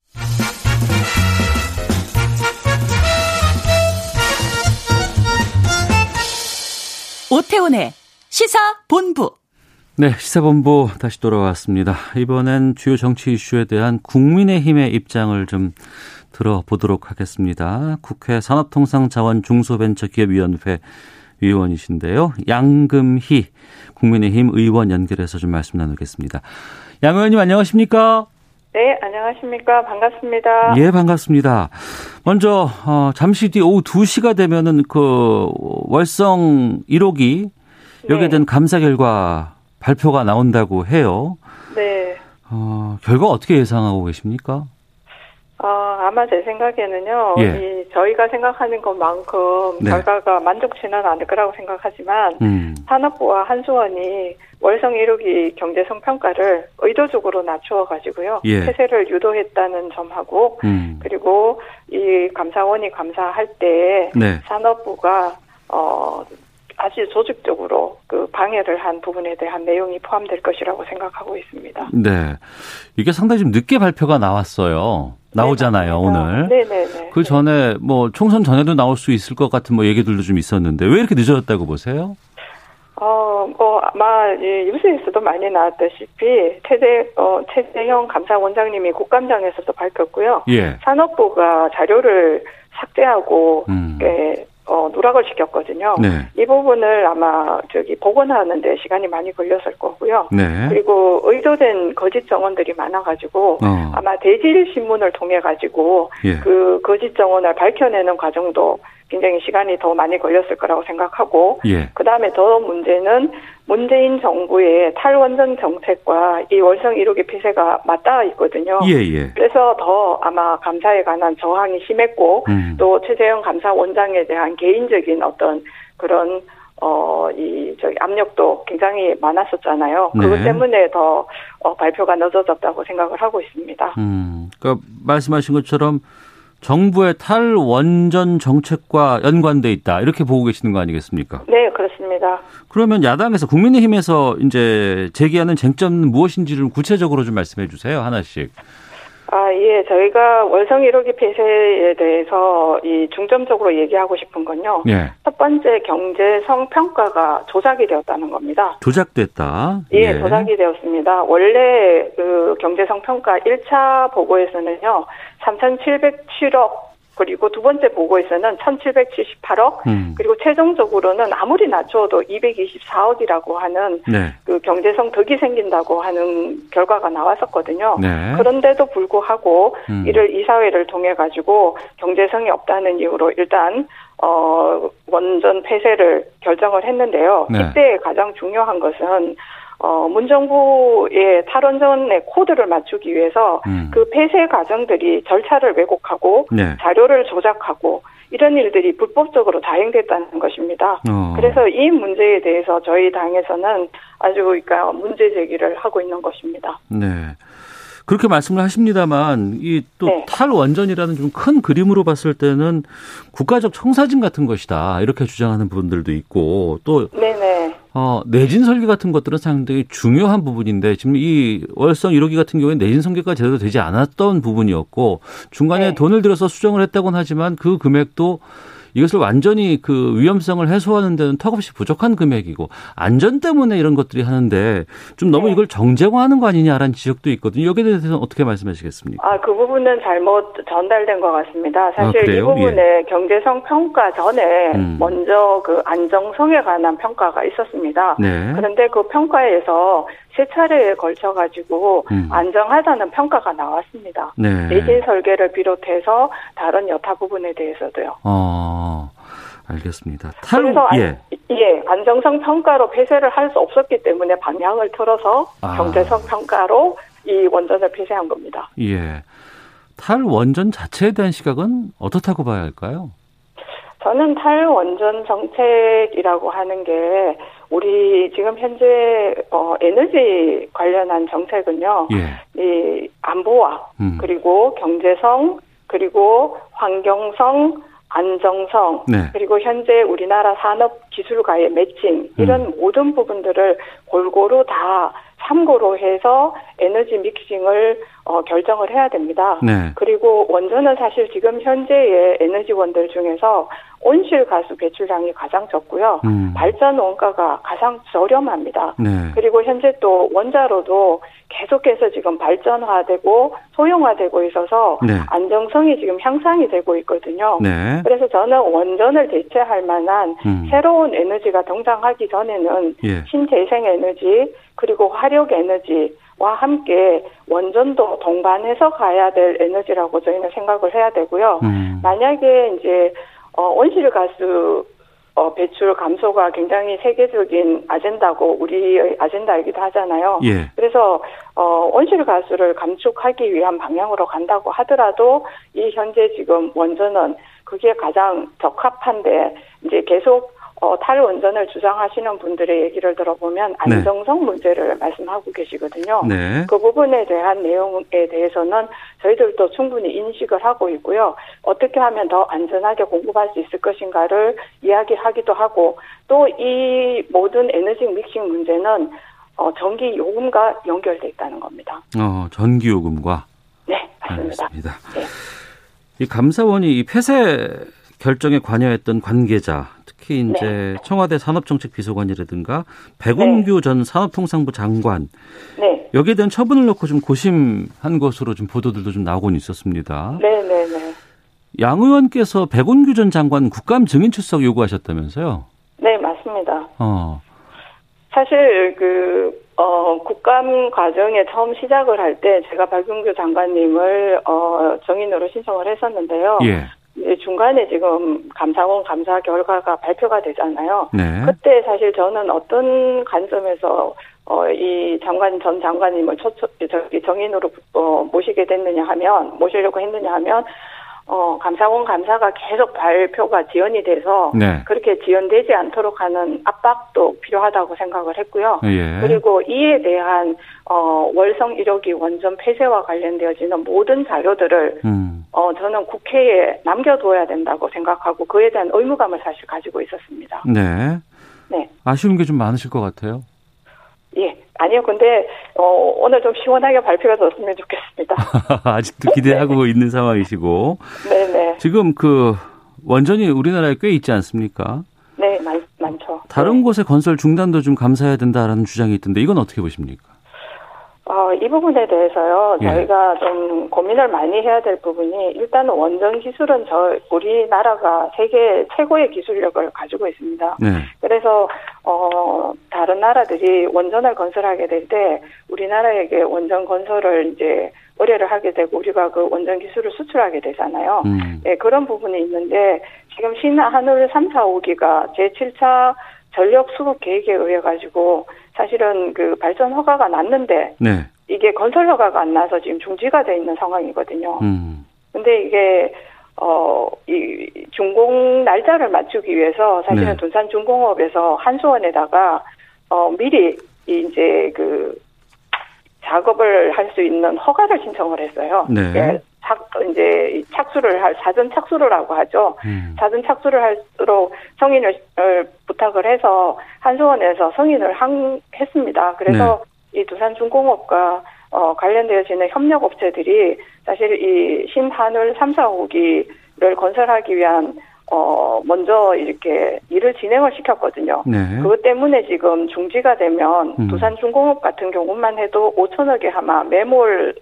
H: 오태훈의 시사 본부.
B: 네, 시사본부 다시 돌아왔습니다. 이번엔 주요 정치 이슈에 대한 국민의힘의 입장을 좀 들어보도록 하겠습니다. 국회 산업통상자원중소벤처기업위원회 위원이신데요. 양금희 국민의힘 의원 연결해서 좀 말씀 나누겠습니다. 양 의원님 안녕하십니까?
I: 네, 안녕하십니까. 반갑습니다.
B: 예, 반갑습니다. 먼저 어, 잠시 뒤 오후 2시가 되면은 그 월성 1호기 여기에
I: 네.
B: 대한 감사 결과 발표가 나온다고 해요.
I: 네.
B: 어, 결과 어떻게 예상하고 계십니까?
I: 어, 아마 제 생각에는요,
B: 예.
I: 이 어, 저희가 생각하는 것만큼
B: 네.
I: 결과가 만족치는 않을 거라고 생각하지만,
B: 음.
I: 산업부와 한수원이 월성 1호기 경제성 평가를 의도적으로 낮추어가지고요,
B: 예.
I: 폐쇄를 유도했다는 점하고,
B: 음.
I: 그리고 이 감사원이 감사할 때
B: 네.
I: 산업부가 어, 아주 조직적으로 그 방해를 한 부분에 대한 내용이 포함될 것이라고 생각하고 있습니다.
B: 네. 이게 상당히 좀 늦게 발표가 나왔어요. 나오잖아요, 오늘.
I: 네, 네네네.
B: 그 전에 뭐 총선 전에도 나올 수 있을 것 같은 뭐 얘기들도 좀 있었는데 왜 이렇게 늦어졌다고 보세요?
I: 어, 뭐, 아마, 예, 뉴스에서도 많이 나왔다시피, 최재, 어, 최재형 감사원장님이 국감장에서도 밝혔고요.
B: 예.
I: 산업부가 자료를 삭제하고,
B: 음.
I: 예, 어, 누락을 시켰거든요.
B: 네.
I: 이 부분을 아마, 저기, 복원하는데 시간이 많이 걸렸을 거고요.
B: 네.
I: 그리고 의도된 거짓 정원들이 많아가지고,
B: 어.
I: 아마 대질신문을 통해가지고,
B: 예.
I: 그 거짓 정원을 밝혀내는 과정도 굉장히 시간이 더 많이 걸렸을 거라고 생각하고,
B: 예.
I: 그 다음에 더 문제는 문재인 정부의 탈원전 정책과 이 월성 1호기 폐쇄가 맞닿아 있거든요.
B: 예, 예.
I: 그래서 더 아마 감사에 관한 저항이 심했고
B: 음.
I: 또 최재형 감사원장에 대한 개인적인 어떤 그런 어, 이, 저기, 압력도 굉장히 많았었잖아요. 그것
B: 네.
I: 때문에 더, 어, 발표가 늦어졌다고 생각을 하고 있습니다.
B: 음, 그러니까 말씀하신 것처럼 정부의 탈원전 정책과 연관돼 있다 이렇게 보고 계시는 거 아니겠습니까?
I: 네, 그렇습니다.
B: 그러면 야당에서 국민의힘에서 이제 제기하는 쟁점은 무엇인지를 구체적으로 좀 말씀해 주세요 하나씩.
I: 아, 예, 저희가 월성 1호기 폐쇄에 대해서 이 중점적으로 얘기하고 싶은 건요.
B: 예.
I: 첫 번째 경제성 평가가 조작이 되었다는 겁니다.
B: 조작됐다.
I: 예, 조작이 되었습니다. 원래 그 경제성 평가 1차 보고에서는요, 3,707억, 그리고 두 번째 보고에서는 1,778억,
B: 음.
I: 그리고 최종적으로는 아무리 낮춰도 224억이라고 하는
B: 네.
I: 그 경제성 덕이 생긴다고 하는 결과가 나왔었거든요.
B: 네.
I: 그런데도 불구하고
B: 음.
I: 이를 이사회를 통해 가지고 경제성이 없다는 이유로 일단 어 원전 폐쇄를 결정을 했는데요.
B: 네.
I: 이때 가장 중요한 것은 어 문정부의 탈원전의 코드를 맞추기 위해서
B: 음.
I: 그 폐쇄 과정들이 절차를 왜곡하고
B: 네.
I: 자료를 조작하고 이런 일들이 불법적으로 다행됐다는 것입니다.
B: 어.
I: 그래서 이 문제에 대해서 저희 당에서는 아주 그러니까 문제 제기를 하고 있는 것입니다.
B: 네. 그렇게 말씀을 하십니다만 이 또
I: 네.
B: 탈원전이라는 좀 큰 그림으로 봤을 때는 국가적 청사진 같은 것이다 이렇게 주장하는 분들도 있고 또
I: 네네.
B: 어, 내진 설계 같은 것들은 상당히 중요한 부분인데 지금 이 월성 1호기 같은 경우에 내진 설계가 제대로 되지 않았던 부분이었고 중간에
I: 네.
B: 돈을 들여서 수정을 했다고는 하지만 그 금액도 이것을 완전히 그 위험성을 해소하는 데는 턱없이 부족한 금액이고 안전 때문에 이런 것들이 하는데 좀
I: 네.
B: 너무 이걸 정쟁화하는 거 아니냐라는 지적도 있거든요. 여기에 대해서는 어떻게 말씀하시겠습니까?
I: 아, 그 부분은 잘못 전달된 것 같습니다.
B: 아,
I: 사실 이
B: 그래요?
I: 부분에 경제성 평가 전에
B: 음.
I: 먼저 그 안정성에 관한 평가가 있었습니다.
B: 네.
I: 그런데 그 평가에서 세 차례에 걸쳐 가지고
B: 음.
I: 안정하다는 평가가 나왔습니다.
B: 네.
I: 내진 설계를 비롯해서 다른 여타 부분에 대해서도요.
B: 어. 알겠습니다. 탈
I: 그래서 안-
B: 예.
I: 예, 안정성 평가로 폐쇄를 할 수 없었기 때문에 방향을 틀어서
B: 아.
I: 경제성 평가로 이 원전을 폐쇄한 겁니다.
B: 예. 탈원전 자체에 대한 시각은 어떻다고 봐야 할까요?
I: 저는 탈원전 정책이라고 하는 게 우리 지금 현재 어, 에너지 관련한 정책은요,
B: 예.
I: 이 안보와
B: 음.
I: 그리고 경제성 그리고 환경성 안정성
B: 네.
I: 그리고 현재 우리나라 산업 기술과의
B: 음.
I: 매칭 이런 모든 부분들을 골고루 다 참고로 해서 에너지 믹싱을 어, 결정을 해야 됩니다.
B: 네.
I: 그리고 원전은 사실 지금 현재의 에너지원들 중에서 온실가스 배출량이 가장 적고요.
B: 음.
I: 발전 원가가 가장 저렴합니다.
B: 네.
I: 그리고 현재 또 원자로도 계속해서 지금 발전화되고 소형화되고 있어서
B: 네.
I: 안정성이 지금 향상이 되고 있거든요.
B: 네.
I: 그래서 저는 원전을 대체할 만한
B: 음.
I: 새로운 에너지가 등장하기 전에는
B: 예.
I: 신재생 에너지 그리고 화력 에너지와 함께 원전도 동반해서 가야 될 에너지라고 저희는 생각을 해야 되고요.
B: 음.
I: 만약에 이제 어, 온실가스 어, 배출 감소가 굉장히 세계적인 아젠다고 우리의 아젠다이기도 하잖아요.
B: 예.
I: 그래서 어, 온실가스를 감축하기 위한 방향으로 간다고 하더라도 이 현재 지금 원전은 그게 가장 적합한데 이제 계속 어, 탈원전을 주장하시는 분들의 얘기를 들어보면
B: 네.
I: 안정성 문제를 말씀하고 계시거든요.
B: 네.
I: 그 부분에 대한 내용에 대해서는 저희들도 충분히 인식을 하고 있고요. 어떻게 하면 더 안전하게 공급할 수 있을 것인가를 이야기하기도 하고 또 이 모든 에너지 믹싱 문제는 어, 전기 요금과 연결돼 있다는 겁니다.
B: 어, 전기 요금과
I: 네, 맞습니다.
B: 알겠습니다.
I: 네.
B: 이 감사원이 이 폐쇄 결정에 관여했던 관계자, 특히 이제 청와대 산업정책비서관이라든가 백운규 전 산업통상부 장관
I: 네,
B: 여기에 대한 처분을 놓고 좀 고심한 것으로 좀 보도들도 좀 나오곤 있었습니다.
I: 네, 네, 네.
B: 양 의원께서 백운규 전 장관 국감 증인 출석 요구하셨다면서요?
I: 네, 맞습니다.
B: 어.
I: 사실 그 어, 국감 과정에 처음 시작을 할 때 제가 박용규 장관님을 어, 정인으로 신청을 했었는데요.
B: 예.
I: 이제 중간에 지금 감사원 감사 결과가 발표가 되잖아요.
B: 네.
I: 그때 사실 저는 어떤 관점에서 어, 이 장관 전 장관님을 초, 초, 저기 정인으로 어, 모시게 됐느냐 하면 모시려고 했느냐 하면 어, 감사원 감사가 계속 발표가 지연이 돼서
B: 네.
I: 그렇게 지연되지 않도록 하는 압박도 필요하다고 생각을 했고요.
B: 예.
I: 그리고 이에 대한 어, 월성 1호기 원전 폐쇄와 관련되어지는 모든 자료들을
B: 음.
I: 어, 저는 국회에 남겨둬야 된다고 생각하고 그에 대한 의무감을 사실 가지고 있었습니다.
B: 네.
I: 네.
B: 아쉬운 게 좀 많으실 것 같아요.
I: 예. 아니요, 근데, 어, 오늘 좀 시원하게 발표가 됐으면 좋겠습니다.
B: 아직도 기대하고 있는 상황이시고
I: 네네.
B: 지금 그 원전이 우리나라에 꽤 있지 않습니까?
I: 네, 많, 많죠.
B: 다른 곳의 건설 중단도 좀 감사해야 된다라는 주장이 있던데 이건 어떻게 보십니까?
I: 어, 이 부분에 대해서요,
B: 예.
I: 저희가 좀 고민을 많이 해야 될 부분이, 일단은 원전 기술은 저, 우리나라가 세계 최고의 기술력을 가지고 있습니다.
B: 네.
I: 그래서, 어, 다른 나라들이 원전을 건설하게 될 때, 우리나라에게 원전 건설을 이제 의뢰를 하게 되고, 우리가 그 원전 기술을 수출하게 되잖아요.
B: 음.
I: 예, 그런 부분이 있는데 지금 신한울 3, 4, 5기가 제7차 전력 수급 계획에 의해 가지고 사실은 그 발전 허가가 났는데
B: 네.
I: 이게 건설 허가가 안 나서 지금 중지가 돼 있는 상황이거든요.
B: 음.
I: 근데 이게 어, 이 준공 날짜를 맞추기 위해서 사실은
B: 네.
I: 둔산 중공업에서 한수원에다가 어, 미리 이 이제 그 작업을 할 수 있는 허가를 신청을 했어요.
B: 네.
I: 예, 착, 이제 이 착수를 할 사전 착수로라고 하죠.
B: 음.
I: 사전 착수를 할수록 성인을 을 부탁을 해서 한수원에서 성인을 한, 했습니다. 그래서
B: 네.
I: 이 두산중공업과 어, 관련되어지는 협력업체들이 사실 이 신한울 3, 4, 5기를 건설하기 위한 어, 먼저 이렇게 일을 진행을 시켰거든요.
B: 네.
I: 그것 때문에 지금 중지가 되면
B: 음.
I: 두산중공업 같은 경우만 해도 5천억에 아마 매몰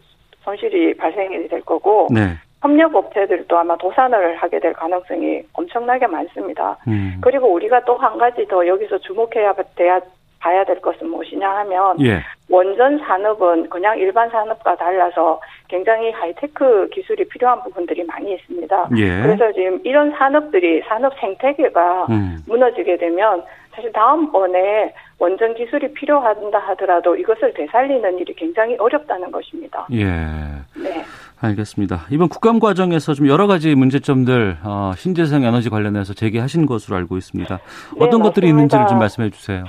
I: 손실이 발생이 될 거고
B: 네.
I: 협력업체들도 아마 도산을 하게 될 가능성이 엄청나게 많습니다.
B: 음.
I: 그리고 우리가 또 한 가지 더 여기서 주목해야 돼야 봐야 될 것은 무엇이냐 하면
B: 예.
I: 원전 산업은 그냥 일반 산업과 달라서 굉장히 하이테크 기술이 필요한 부분들이 많이 있습니다.
B: 예.
I: 그래서 지금 이런 산업들이 산업 생태계가
B: 음.
I: 무너지게 되면 사실 다음번에 원전 기술이 필요하다 하더라도 이것을 되살리는 일이 굉장히 어렵다는 것입니다.
B: 예.
I: 네.
B: 알겠습니다. 이번 국감 과정에서 좀 여러 가지 문제점들 어, 신재생 에너지 관련해서 제기하신 것으로 알고 있습니다. 어떤 것들이
I: 네, 맞습니다.
B: 있는지를 좀 말씀해 주세요.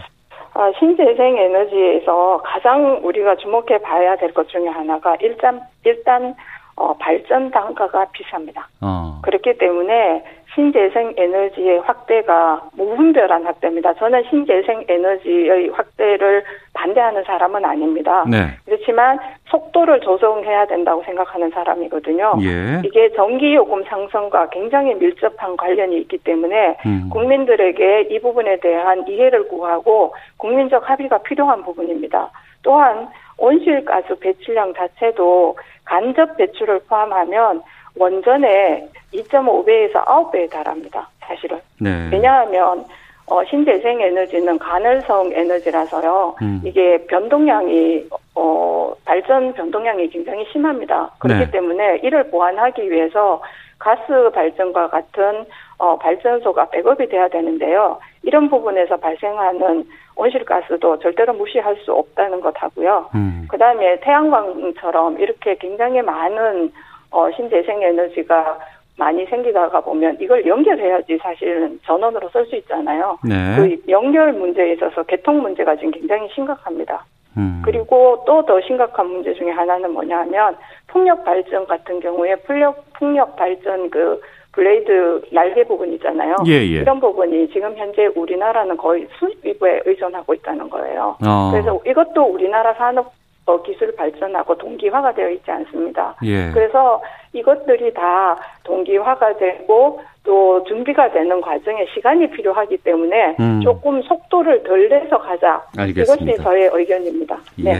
I: 아, 신재생 에너지에서 가장 우리가 주목해 봐야 될 것 중에 하나가 일단, 일단, 어, 발전 단가가 비쌉니다.
B: 어.
I: 그렇기 때문에 신재생 에너지의 확대가 무분별한 확대입니다. 저는 신재생 에너지의 확대를 반대하는 사람은 아닙니다.
B: 네.
I: 그렇지만 속도를 조정해야 된다고 생각하는 사람이거든요.
B: 예.
I: 이게 전기 요금 상승과 굉장히 밀접한 관련이 있기 때문에
B: 음.
I: 국민들에게 이 부분에 대한 이해를 구하고 국민적 합의가 필요한 부분입니다. 또한 온실가스 배출량 자체도 간접 배출을 포함하면 원전의 2.5배에서 9배에 달합니다. 사실은.
B: 네.
I: 왜냐하면 어, 신재생 에너지는 간헐성 에너지라서요.
B: 음.
I: 이게 변동량이 어, 발전 변동량이 굉장히 심합니다. 그렇기
B: 네.
I: 때문에 이를 보완하기 위해서 가스 발전과 같은 어, 발전소가 백업이 돼야 되는데요. 이런 부분에서 발생하는 온실가스도 절대로 무시할 수 없다는 것하고요.
B: 음.
I: 그 다음에 태양광처럼 이렇게 굉장히 많은 어, 신재생 에너지가 많이 생기다가 보면 이걸 연결해야지 사실은 전원으로 쓸 수 있잖아요.
B: 네.
I: 그 연결 문제에 있어서 개통 문제가 지금 굉장히 심각합니다.
B: 음.
I: 그리고 또 더 심각한 문제 중에 하나는 뭐냐면 풍력 발전 같은 경우에 풍력 풍력 발전 그 블레이드 날개 부분 있잖아요.
B: 예, 예.
I: 이런 부분이 지금 현재 우리나라는 거의 수입에 의존하고 있다는 거예요.
B: 어.
I: 그래서 이것도 우리나라 산업 어, 기술 발전하고 동기화가 되어 있지 않습니다.
B: 예.
I: 그래서 이것들이 다 동기화가 되고 또 준비가 되는 과정에 시간이 필요하기 때문에
B: 음.
I: 조금 속도를 덜 내서 가자.
B: 알겠습니다.
I: 이것이 저의 의견입니다. 네.
B: 예.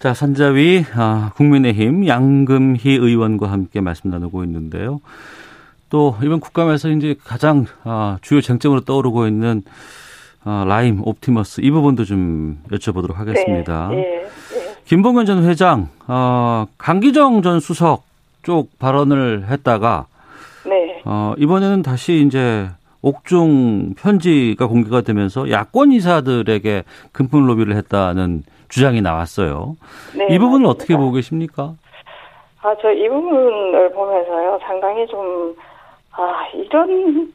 B: 자, 산자위 아, 국민의힘 양금희 의원과 함께 말씀 나누고 있는데요. 또 이번 국감에서 이제 가장 아, 주요 쟁점으로 떠오르고 있는 아, 라임, 옵티머스 이 부분도 좀 여쭤보도록 하겠습니다.
I: 네, 예, 예.
B: 김봉현 전 회장, 어, 강기정 전 수석 쪽 발언을 했다가
I: 네.
B: 어, 이번에는 다시 이제 옥중 편지가 공개가 되면서 야권 이사들에게 금품 로비를 했다는 주장이 나왔어요.
I: 네,
B: 이 부분을
I: 맞습니다.
B: 어떻게 보고 계십니까?
I: 아, 저 이 부분을 보면서요, 상당히 좀, 아, 이런,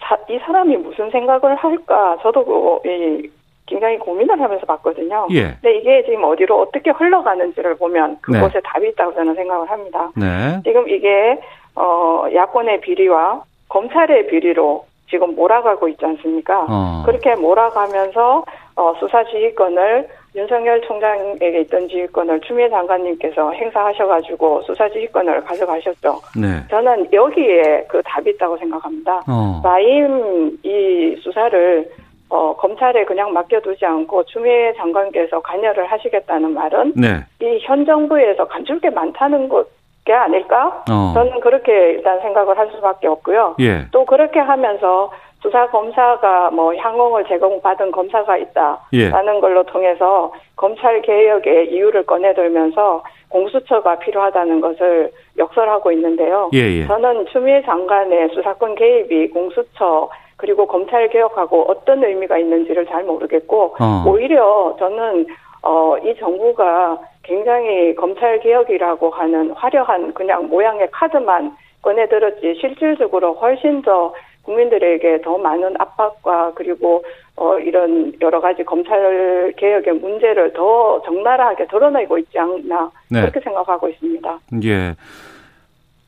I: 사, 이 사람이 무슨 생각을 할까, 저도 그, 이, 굉장히 고민을 하면서 봤거든요.
B: 예.
I: 근데 이게 지금 어디로 어떻게 흘러가는지를 보면 그곳에
B: 네.
I: 답이 있다고 저는 생각을 합니다.
B: 네.
I: 지금 이게, 어, 야권의 비리와 검찰의 비리로 지금 몰아가고 있지 않습니까?
B: 어.
I: 그렇게 몰아가면서 어, 수사 지휘권을 윤석열 총장에게 있던 지휘권을 추미애 장관님께서 행사하셔가지고 수사 지휘권을 가져가셨죠.
B: 네.
I: 저는 여기에 그 답이 있다고 생각합니다.
B: 어.
I: 라임 이 수사를 어, 검찰에 그냥 맡겨두지 않고 추미애 장관께서 관여를 하시겠다는 말은
B: 네.
I: 이 현 정부에서 간줄 게 많다는 것 게 아닐까?
B: 어.
I: 저는 그렇게 일단 생각을 할 수밖에 없고요.
B: 예.
I: 또 그렇게 하면서 수사 검사가 뭐 향응을 제공받은 검사가
B: 예.
I: 있다라는 걸로 통해서 검찰 개혁의 이유를 꺼내들면서 공수처가 필요하다는 것을 역설하고 있는데요.
B: 예, 예.
I: 저는 추미애 장관의 수사권 개입이 공수처 그리고 검찰 개혁하고 어떤 의미가 있는지를 잘 모르겠고
B: 어.
I: 오히려 저는 어, 이 정부가 굉장히 검찰 개혁이라고 하는 화려한 그냥 모양의 카드만 꺼내들었지 실질적으로 훨씬 더 국민들에게 더 많은 압박과 그리고 어, 이런 여러 가지 검찰 개혁의 문제를 더 적나라하게 드러내고 있지 않나
B: 네.
I: 그렇게 생각하고 있습니다.
B: 예.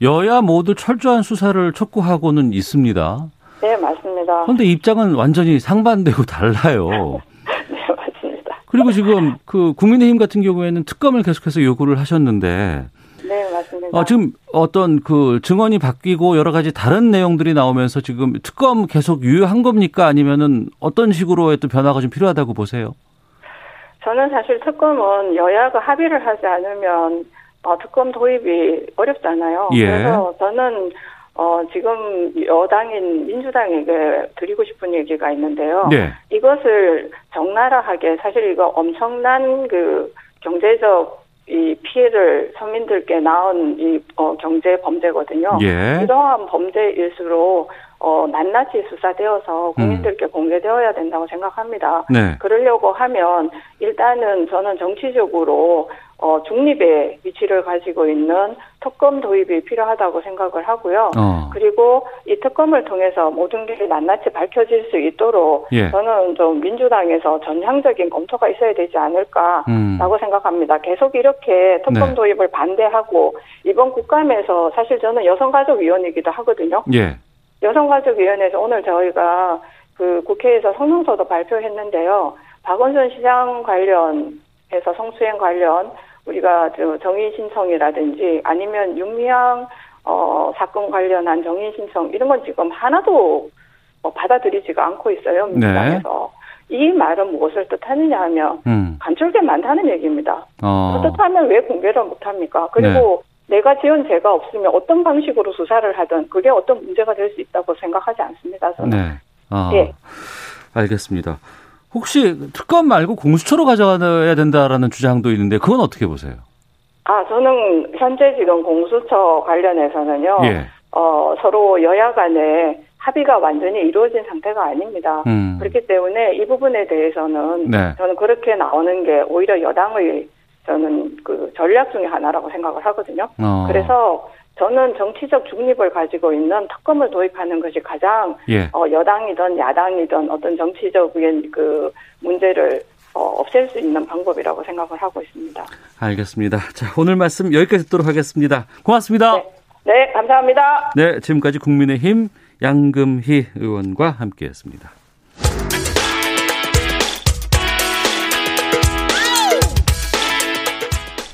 B: 여야 모두 철저한 수사를 촉구하고는 있습니다.
I: 네 맞습니다.
B: 그런데 입장은 완전히 상반되고 달라요.
I: 네 맞습니다.
B: 그리고 지금 그 국민의힘 같은 경우에는 특검을 계속해서 요구를 하셨는데
I: 네 맞습니다.
B: 어, 지금 어떤 그 증언이 바뀌고 여러 가지 다른 내용들이 나오면서 지금 특검 계속 유효한 겁니까 아니면은 어떤 식으로의 또 변화가 좀 필요하다고 보세요?
I: 저는 사실 특검은 여야가 합의를 하지 않으면 어, 특검 도입이 어렵잖아요.
B: 예.
I: 그래서 저는 어, 지금 여당인 민주당에게 드리고 싶은 얘기가 있는데요.
B: 네.
I: 이것을 적나라하게 사실 이거 엄청난 그 경제적 이 피해를 서민들께 낳은 이 어, 경제 범죄거든요.
B: 예.
I: 이러한 범죄일수록 어, 낱낱이
B: 음.
I: 수사되어서 국민들께 공개되어야 된다고 생각합니다.
B: 네.
I: 그러려고 하면 일단은 저는 정치적으로 어, 중립의 위치를 가지고 있는 특검 도입이 필요하다고 생각을 하고요.
B: 어.
I: 그리고 이 특검을 통해서 모든 게 낱낱이 밝혀질 수 있도록
B: 예.
I: 저는 좀 민주당에서 전향적인 검토가 있어야 되지 않을까라고
B: 음.
I: 생각합니다. 계속 이렇게 특검
B: 네.
I: 도입을 반대하고 이번 국감에서 사실 저는 여성가족위원이기도 하거든요.
B: 예.
I: 여성가족위원회에서 오늘 저희가 그 국회에서 성명서도 발표했는데요. 박원순 시장 관련해서 성추행 관련 우리가 저 정의 신청이라든지 아니면 윤미향 어, 사건 관련한 정의 신청 이런 건 지금 하나도 어, 받아들이지가 않고 있어요 민주당에서. 이 말은 무엇을 뜻하느냐 하면
B: 음.
I: 간첩게 많다는 얘기입니다.
B: 어.
I: 그렇다면 왜 공개를 못합니까? 그리고
B: 네.
I: 내가 지은 죄가 없으면 어떤 방식으로 수사를 하든 그게 어떤 문제가 될 수 있다고 생각하지 않습니다. 저는.
B: 네. 아.
I: 예.
B: 알겠습니다. 혹시 특검 말고 공수처로 가져가야 된다라는 주장도 있는데 그건 어떻게 보세요?
I: 아, 저는 현재 지금 공수처 관련해서는요.
B: 예.
I: 어, 서로 여야 간에 합의가 완전히 이루어진 상태가 아닙니다.
B: 음.
I: 그렇기 때문에 이 부분에 대해서는
B: 네.
I: 저는 그렇게 나오는 게 오히려 여당의 저는 그 전략 중에 하나라고 생각을 하거든요.
B: 어.
I: 그래서 저는 정치적 중립을 가지고 있는 특검을 도입하는 것이 가장
B: 예.
I: 어, 여당이든 야당이든 어떤 정치적인 그 문제를 어, 없앨 수 있는 방법이라고 생각을 하고 있습니다.
B: 알겠습니다. 자, 오늘 말씀 여기까지 듣도록 하겠습니다. 고맙습니다.
I: 네, 감사합니다.
B: 네, 지금까지 국민의힘 양금희 의원과 함께했습니다.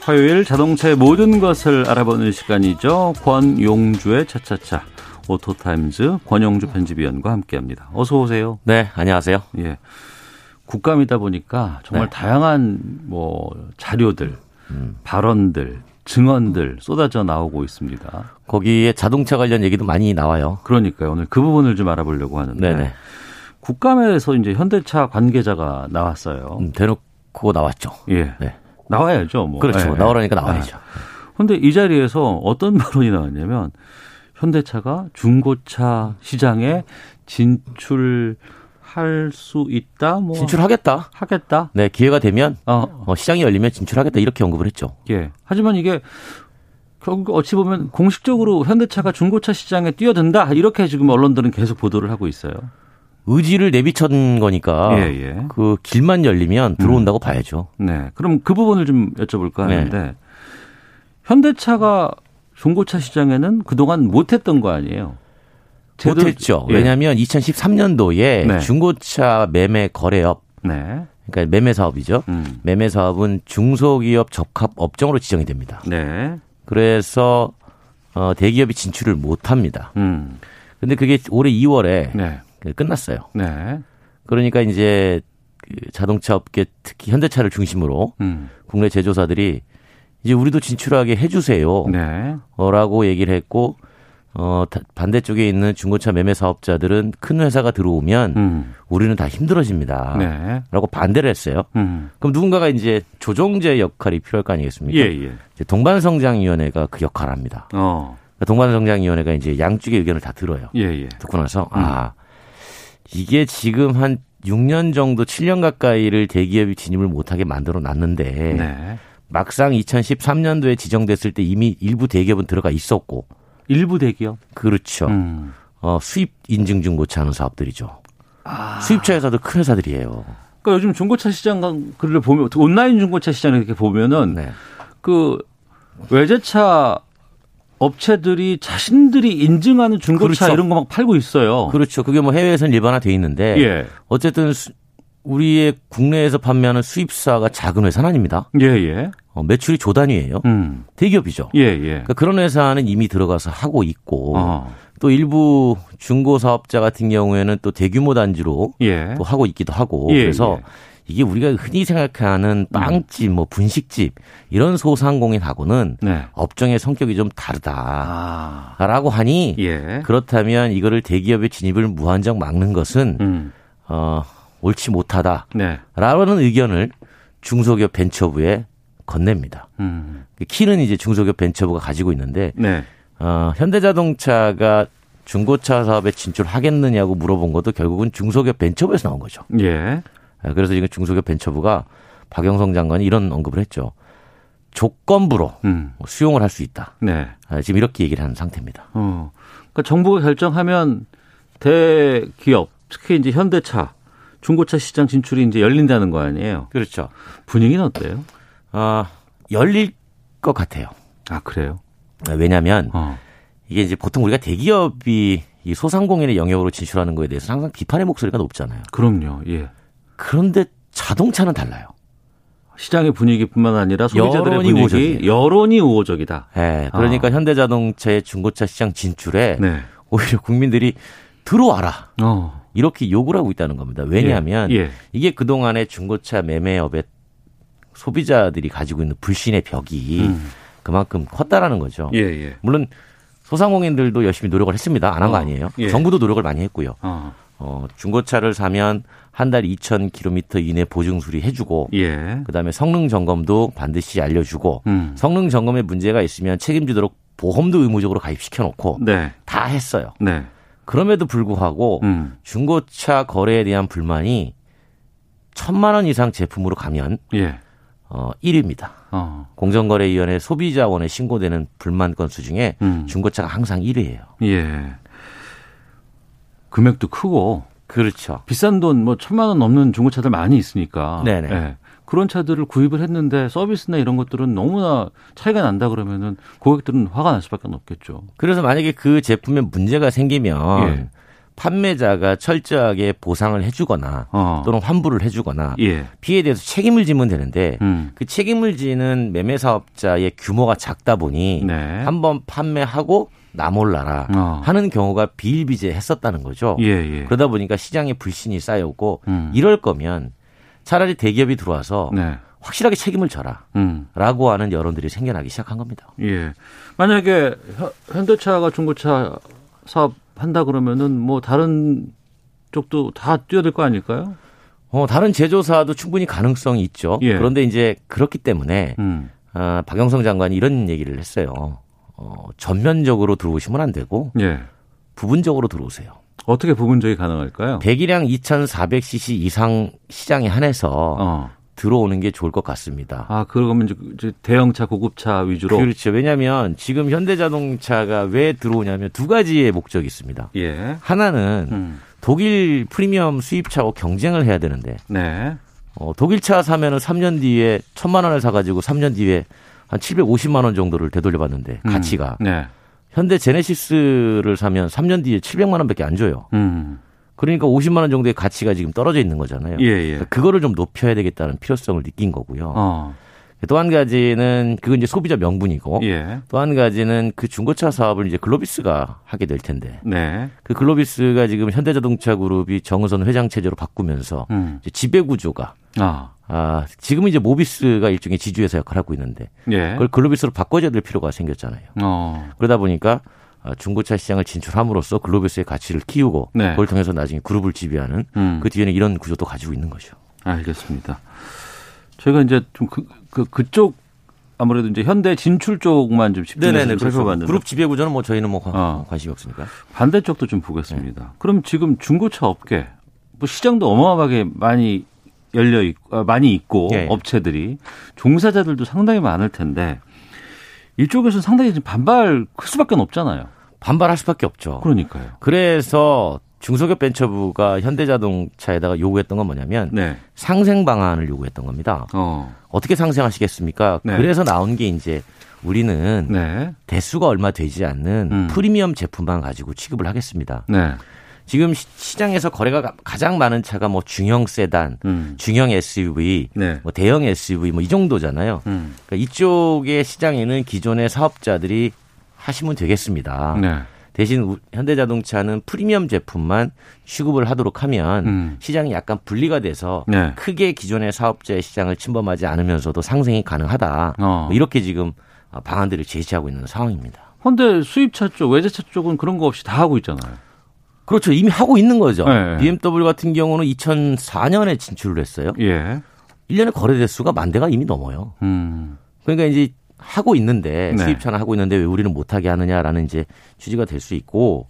B: 화요일 자동차의 모든 것을 알아보는 시간이죠. 권용주의 차차차. 오토타임즈 권용주 편집위원과 함께합니다. 어서 오세요.
J: 네, 안녕하세요.
B: 예. 국감이다 보니까 정말
J: 네. 음.
B: 다양한 뭐 자료들, 발언들, 증언들 쏟아져 나오고 있습니다.
E: 거기에 자동차 관련 얘기도 많이 나와요.
B: 그러니까 오늘 그 부분을 좀 알아보려고 하는데
E: 네네.
B: 국감에서 이제 현대차 관계자가 나왔어요.
E: 대놓고 나왔죠.
B: 예.
E: 네.
B: 나와야죠. 뭐.
E: 그렇죠.
B: 예.
E: 나오라니까 나와야죠.
B: 근데 이 자리에서 어떤 발언이 나왔냐면 현대차가 중고차 시장에 진출할 수 있다. 뭐
E: 진출하겠다.
B: 하겠다.
E: 네, 기회가 되면
B: 어.
E: 어, 시장이 열리면 진출하겠다 이렇게 언급을 했죠.
B: 예. 하지만 이게 결국 어찌 보면 공식적으로 현대차가 중고차 시장에 뛰어든다 이렇게 지금 언론들은 계속 보도를 하고 있어요.
E: 의지를 내비친 거니까
B: 예, 예.
E: 그 길만 열리면 들어온다고 봐야죠. 네.
B: 네. 그럼 그 부분을 좀 여쭤볼까 하는데 현대차가 중고차 시장에는 그동안 못했던 거 아니에요? 제대로-
E: 못했죠.
B: 예.
E: 왜냐하면 2013년도에
B: 네.
E: 중고차 매매 거래업,
B: 네. 음.
E: 그러니까 매매 사업이죠. 매매 사업은 중소기업 적합 업종으로 지정이 됩니다.
B: 네.
E: 그래서 어, 대기업이 진출을 못합니다.
B: 음.
E: 근데 그게 올해 2월에
B: 네.
E: 끝났어요.
B: 네.
E: 그러니까 이제 그 자동차 업계 특히 현대차를 중심으로
B: 음.
E: 국내 제조사들이 이제 우리도 진출하게 해주세요.
B: 네.
E: 라고 얘기를 했고 어, 다- 반대쪽에 있는 중고차 매매 사업자들은 큰 회사가 들어오면
B: 음.
E: 우리는 다 힘들어집니다.
B: 네.
E: 라고 반대를 했어요.
B: 음.
E: 그럼 누군가가 이제 조정제 역할이 필요할 거 아니겠습니까?
B: 예, 예.
E: 이제 동반성장위원회가 그 역할을 합니다.
B: 어.
E: 그러니까 동반성장위원회가 이제 양쪽의 의견을 다 들어요.
B: 예, 예.
E: 듣고 나서 아 이게 지금 한 6년 정도 7년 가까이를 대기업이 진입을 못하게 만들어 놨는데
B: 네.
E: 막상 2013년도에 지정됐을 때 이미 일부 대기업은 들어가 있었고
B: 일부 대기업
E: 그렇죠.
B: 음.
E: 어, 수입 인증 중고차 하는 사업들이죠.
B: 아.
E: 수입차 회사도 큰 회사들이에요.
B: 그러니까 요즘 중고차 시장 글을 보면 그 온라인 중고차 시장 이렇게 보면은
E: 네.
B: 그 외제차 업체들이 자신들이 인증하는 중고차
E: 그렇죠.
B: 이런 거 막 팔고 있어요.
E: 그렇죠. 그게 뭐 해외에서는 일반화돼 있는데
B: 예.
E: 어쨌든 수- 우리의 국내에서 판매하는 수입사가 작은 회사는 아닙니다.
B: 예, 예.
E: 어, 매출이 조단위예요.
B: 음.
E: 대기업이죠.
B: 예, 예.
E: 그러니까 그런 회사는 이미 들어가서 하고 있고
B: 어.
E: 또 일부 중고 사업자 같은 경우에는 또 대규모 단지로
B: 예.
E: 또 하고 있기도 하고
B: 예,
E: 그래서 이게 우리가 흔히 생각하는 빵집, 뭐 분식집 이런 소상공인하고는
B: 네.
E: 업종의 성격이 좀 다르다라고 하니
B: 예.
E: 그렇다면 이거를 대기업의 진입을 무한정 막는 것은
B: 음.
E: 어, 옳지
B: 네.
E: 못하다라는 의견을 중소기업 벤처부에 건넵니다.
B: 음.
E: 그 키는 이제 중소기업 벤처부가 가지고 있는데
B: 네.
E: 어, 현대자동차가 중고차 사업에 진출하겠느냐고 물어본 것도 결국은 중소기업 벤처부에서 나온 거죠.
B: 예.
E: 아, 그래서 지금 중소기업 벤처부가 박영성 장관이 이런 언급을 했죠. 조건부로 수용을 할 수 있다.
B: 음. 네.
E: 아, 지금 이렇게 얘기를 하는 상태입니다.
B: 어. 그러니까 정부가 결정하면 대기업, 특히 이제 현대차, 중고차 시장 진출이 이제 열린다는 거 아니에요?
E: 그렇죠.
B: 분위기는 어때요?
E: 아, 열릴 것 같아요.
B: 아, 그래요?
E: 아, 왜냐하면
B: 어.
E: 이게 이제 보통 우리가 대기업이 이 소상공인의 영역으로 진출하는 거에 대해서 항상 비판의 목소리가 높잖아요.
B: 그럼요. 예.
E: 그런데 자동차는 달라요.
B: 시장의 분위기뿐만 아니라 소비자들의
E: 여론이
B: 분위기,
E: 우호적이에요.
B: 여론이 우호적이다.
E: 예,
B: 아.
E: 그러니까 현대자동차의 중고차 시장 진출에
B: 네.
E: 오히려 국민들이 들어와라.
B: 어.
E: 이렇게 욕을 하고 있다는 겁니다. 왜냐하면
B: 예, 예.
E: 이게 그동안의 중고차 매매업의 소비자들이 가지고 있는 불신의 벽이 그만큼 컸다라는 거죠.
B: 음. 예, 예.
E: 물론 소상공인들도 열심히 노력을 했습니다. 안 한 거
B: 어,
E: 아니에요.
B: 예.
E: 정부도 노력을 많이 했고요.
B: 어.
E: 어, 중고차를 사면 한 달 2,000km 이내 보증 수리 해주고
B: 예.
E: 그다음에 성능 점검도 반드시 알려주고
B: 음.
E: 성능 점검에 문제가 있으면 책임지도록 보험도 의무적으로 가입시켜 놓고
B: 네.
E: 다 했어요.
B: 네.
E: 그럼에도 불구하고
B: 음.
E: 중고차 거래에 대한 불만이 천만 원 이상 제품으로 가면
B: 예.
E: 어 1위입니다.
B: 어.
E: 공정거래위원회 소비자원에 신고되는 불만 건수 중에
B: 음.
E: 중고차가 항상 1위예요.
B: 예. 금액도 크고
E: 그렇죠.
B: 비싼 돈 뭐 천만 원 넘는 중고차들 많이 있으니까.
E: 네네.
B: 예. 그런 차들을 구입을 했는데 서비스나 이런 것들은 너무나 차이가 난다 그러면은 고객들은 화가 날 수밖에 없겠죠.
E: 그래서 만약에 그 제품에 문제가 생기면
B: 예.
E: 판매자가 철저하게 보상을 해주거나
B: 어.
E: 또는 환불을 해주거나
B: 예.
E: 피해에 대해서 책임을 지면 되는데
B: 음.
E: 그 책임을 지는 매매 사업자의 규모가 작다 보니
B: 네.
E: 한번 판매하고 나 몰라라
B: 어.
E: 하는 경우가 비일비재했었다는 거죠.
B: 예, 예.
E: 어. 그러다 보니까 시장에 불신이 쌓여오고
B: 음.
E: 이럴 거면 차라리 대기업이 들어와서
B: 네.
E: 확실하게 책임을 져라.
B: 음.
E: 라고 하는 여론들이 생겨나기 시작한 겁니다.
B: 예. 만약에 현- 현대차가 중고차 사업 한다 그러면은 뭐 다른 쪽도 다 뛰어들 거 아닐까요?
E: 어, 다른 제조사도 충분히 가능성이 있죠.
B: 예.
E: 그런데 이제 그렇기 때문에
B: 음.
E: 어, 박영성 장관이 이런 얘기를 했어요. 어, 전면적으로 들어오시면 안 되고
B: 예.
E: 부분적으로 들어오세요.
B: 어떻게 부분적이 가능할까요?
E: 배기량 2,400cc 이상 시장에 한해서 들어오는 게 좋을 것 같습니다.
B: 아, 그러면 이제- 이제 대형차, 고급차 위주로.
E: 그렇죠. 왜냐하면 지금 현대자동차가 왜 들어오냐면 두 가지의 목적이 있습니다.
B: 예.
E: 하나는 독일 프리미엄 수입차하고 경쟁을 해야 되는데
B: 네.
E: 어, 독일차 사면은 3년 뒤에 천만 원을 사가지고 3년 뒤에 한 750만 원 정도를 되돌려받는데
B: 음.
E: 가치가
B: 네.
E: 현대 제네시스를 사면 3년 뒤에 700만 원밖에 안 줘요.
B: 음.
E: 그러니까 50만 원 정도의 가치가 지금 떨어져 있는 거잖아요.
B: 예, 예.
E: 그거를좀 높여야 되겠다는 필요성을 느낀 거고요.
B: 어.
E: 또 한 가지는 그건 이제 소비자 명분이고
B: 예.
E: 또 한 가지는 그 중고차 사업을 이제 글로비스가 하게 될 텐데
B: 네.
E: 그 글로비스가 지금 현대자동차 그룹이 정우선 회장 체제로 바꾸면서
B: 음.
E: 이제 지배 구조가
B: 아.
E: 아, 지금은 이제 모비스가 일종의 지주회사 역할을 하고 있는데
B: 예.
E: 그걸 글로비스로 바꿔줘야 될 필요가 생겼잖아요.
B: 어.
E: 그러다 보니까 아, 중고차 시장을 진출함으로써 글로비스의 가치를 키우고
B: 네.
E: 그걸 통해서 나중에 그룹을 지배하는
B: 음.
E: 그 뒤에는 이런 구조도 가지고 있는 거죠.
B: 알겠습니다. 저희가 이제 좀 그, 그, 그쪽 아무래도 이제 현대 진출 쪽만 좀 집중해서 좀 살펴봤는데
E: 그렇죠. 그룹 지배 구조는 뭐 저희는 뭐 관-
B: 어.
E: 관심이 없으니까.
B: 반대쪽도 좀
E: 예.
B: 보겠습니다. 그럼 지금 중고차 업계 뭐 시장도 어마어마하게 많이 열려 있고 아, 많이 있고
E: 예.
B: 업체들이 종사자들도 상당히 많을 텐데 이쪽에서는 상당히 지금 반발 클 수밖에 없잖아요.
E: 반발할 수밖에 없죠.
B: 그러니까요.
E: 그래서 중소기업 벤처부가 현대자동차에다가 요구했던 건 뭐냐면
B: 네.
E: 상생 방안을 요구했던 겁니다.
B: 어.
E: 떻게 상생하시겠습니까?
B: 네.
E: 그래서 나온 게 이제 우리는 대수가 얼마 되지 않는
B: 음.
E: 프리미엄 제품만 가지고 취급을 하겠습니다.
B: 네.
E: 지금 시, 장에서 거래가 가- 가장 많은 차가 뭐 중형 세단,
B: 음.
E: 중형 SUV,
B: 네.
E: 뭐 대형 SUV 뭐 이 정도잖아요.
B: 음.
E: 그러니까 이쪽의 시장에는 기존의 사업자들이 하시면 되겠습니다.
B: 네.
E: 대신 우- 현대자동차는 프리미엄 제품만 취급을 하도록 하면 시장이 약간 분리가 돼서
B: 네.
E: 크게 기존의 사업자의 시장을 침범하지 않으면서도 상생이 가능하다.
B: 어.
E: 뭐 이렇게 지금 방안들을 제시하고 있는 상황입니다.
B: 근데 수입차 쪽, 외제차 쪽은 그런 거 없이 다 하고 있잖아요.
E: 그렇죠. 이미 하고 있는 거죠.
B: 네.
E: BMW 같은 경우는 2004년에 진출을 했어요.
B: 예.
E: 1년에 거래 대수가 만 대가 이미 넘어요.
B: 음.
E: 그러니까 이제 하고 있는데
B: 네.
E: 수입차는 하고 있는데 왜 우리는 못하게 하느냐라는 이제 취지가 될 수 있고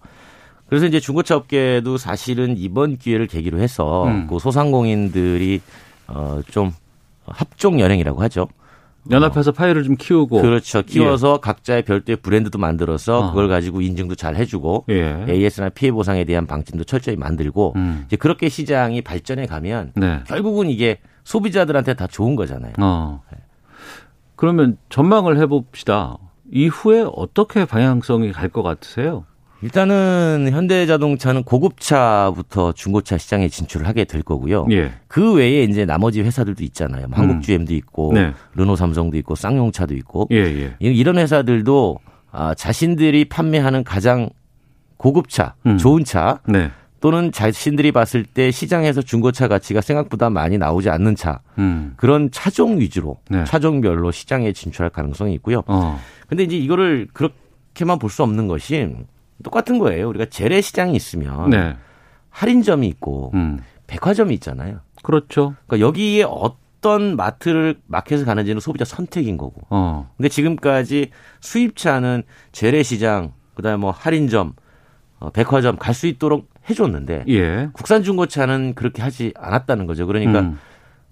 E: 그래서 이제 중고차 업계도 사실은 이번 기회를 계기로 해서
B: 음.
E: 그 소상공인들이 어좀 합종 연행이라고 하죠.
B: 연합해서 파일을 좀 키우고
E: 그렇죠. 키워서 각자의 별도의 브랜드도 만들어서 그걸 가지고 인증도 잘 해주고
B: 아. 예.
E: AS나 피해 보상에 대한 방침도 철저히 만들고
B: 음.
E: 이제 그렇게 시장이 발전해 가면
B: 네.
E: 결국은 이게 소비자들한테 다 좋은 거잖아요.
B: 어. 그러면 전망을 해봅시다. 이후에 어떻게 방향성이 갈 것 같으세요?
E: 일단은 현대자동차는 고급차부터 중고차 시장에 진출을 하게 될 거고요.
B: 예. 음.
E: 그 외에 이제 나머지 회사들도 있잖아요. 뭐 한국 GM도 있고
B: 네.
E: 르노 삼성도 있고 쌍용차도 있고
B: 예, 예.
E: 이- 이런 회사들도 아, 자신들이 판매하는 가장 고급차, 좋은 차
B: 네.
E: 또는 자신들이 봤을 때 시장에서 중고차 가치가 생각보다 많이 나오지 않는 차
B: 음.
E: 그런 차종 위주로
B: 네.
E: 차종별로 시장에 진출할 가능성이 있고요.
B: 어.
E: 근데 이제 이거를 그렇게만 볼 수 없는 것이 똑같은 거예요. 우리가 재래 시장이 있으면
B: 네. 음.
E: 할인점이 있고 백화점이 있잖아요.
B: 그렇죠.
E: 그러니까 여기에 어떤 마트를 마켓을 가는지는 소비자 선택인 거고.
B: 어.
E: 근데 지금까지 수입차는 재래 시장, 그다음에 뭐 할인점, 어, 백화점 갈 수 있도록 해줬는데
B: 예.
E: 국산 중고차는 그렇게 하지 않았다는 거죠. 네. 그러니까
B: 음.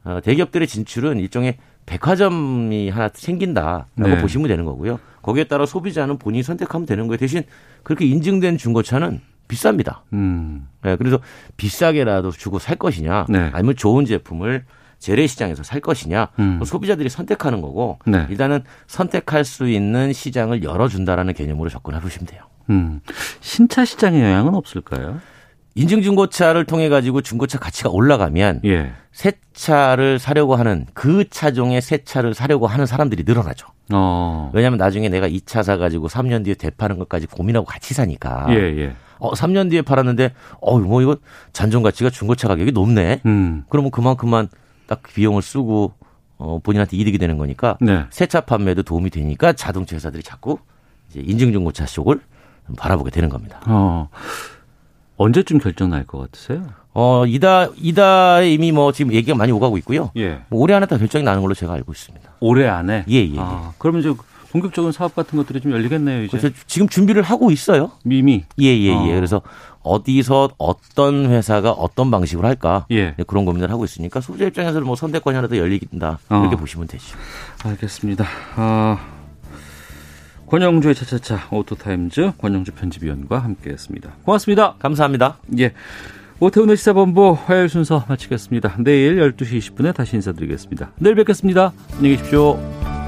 E: 어, 대기업들의 진출은 일종의 백화점이 하나 생긴다라고
B: 네.
E: 보시면 되는 거고요. 거기에 따라 소비자는 본인이 선택하면 되는 거예요. 대신 그렇게 인증된 중고차는 비쌉니다.
B: 음.
E: 예, 그래서 비싸게라도 주고 살 것이냐,
B: 네.
E: 아니면 좋은 제품을 재래 시장에서 살 것이냐,
B: 음.
E: 뭐 소비자들이 선택하는 거고
B: 네.
E: 일단은 선택할 수 있는 시장을 열어준다라는 개념으로 접근해 보시면 돼요.
B: 음. 신차 시장의 영향은 없을까요?
E: 인증 중고차를 통해 가지고 중고차 가치가 올라가면
B: 예.
E: 새 차를 사려고 하는 그 차종의 새 차를 사려고 하는 사람들이 늘어나죠.
B: 어.
E: 왜냐하면 나중에 내가 이 차 사가지고 3년 뒤에 되파는 것까지 고민하고 같이 사니까.
B: 예, 예.
E: 어, 3년 뒤에 팔았는데, 어, 뭐 이거 잔존 가치가 중고차 가격이 높네.
B: 음.
E: 그러면 그만큼만 딱 비용을 쓰고 어, 본인한테 이득이 되는 거니까
B: 네.
E: 새 차 판매도 도움이 되니까 자동차 회사들이 자꾸 이제 인증중고차 쪽을 바라보게 되는 겁니다.
B: 어. 언제쯤 결정 날 것 같으세요?
E: 어, 이달, 이달에 이미 뭐 지금 얘기가 많이 오가고 있고요.
B: 예. 네.
E: 뭐 올해 안에 다 결정이 나는 걸로 제가 알고 있습니다.
B: 올해 안에?
E: 예, 예.
B: 아, 그러면 이제 본격적인 사업 같은 것들이 좀 열리겠네요, 이제.
E: 그래서 지금 준비를 하고 있어요.
B: 이미?
E: 예, 예,
B: 어.
E: 예. 그래서 어디서 어떤 회사가 어떤 방식으로 할까.
B: 예.
E: 네, 그런 고민을 하고 있으니까 소비자 입장에서는 뭐 선대권이 하나 더 열린다.
B: 어.
E: 이렇게 보시면 되죠.
B: 알겠습니다. 아, 권영주의 차차차 오토타임즈 권영주 편집위원과 함께했습니다. 고맙습니다.
E: 감사합니다.
B: 예. 오태훈의 시사본부 화요일 순서 마치겠습니다. 내일 12시 20분에 다시 인사드리겠습니다. 내일 뵙겠습니다. 안녕히 계십시오.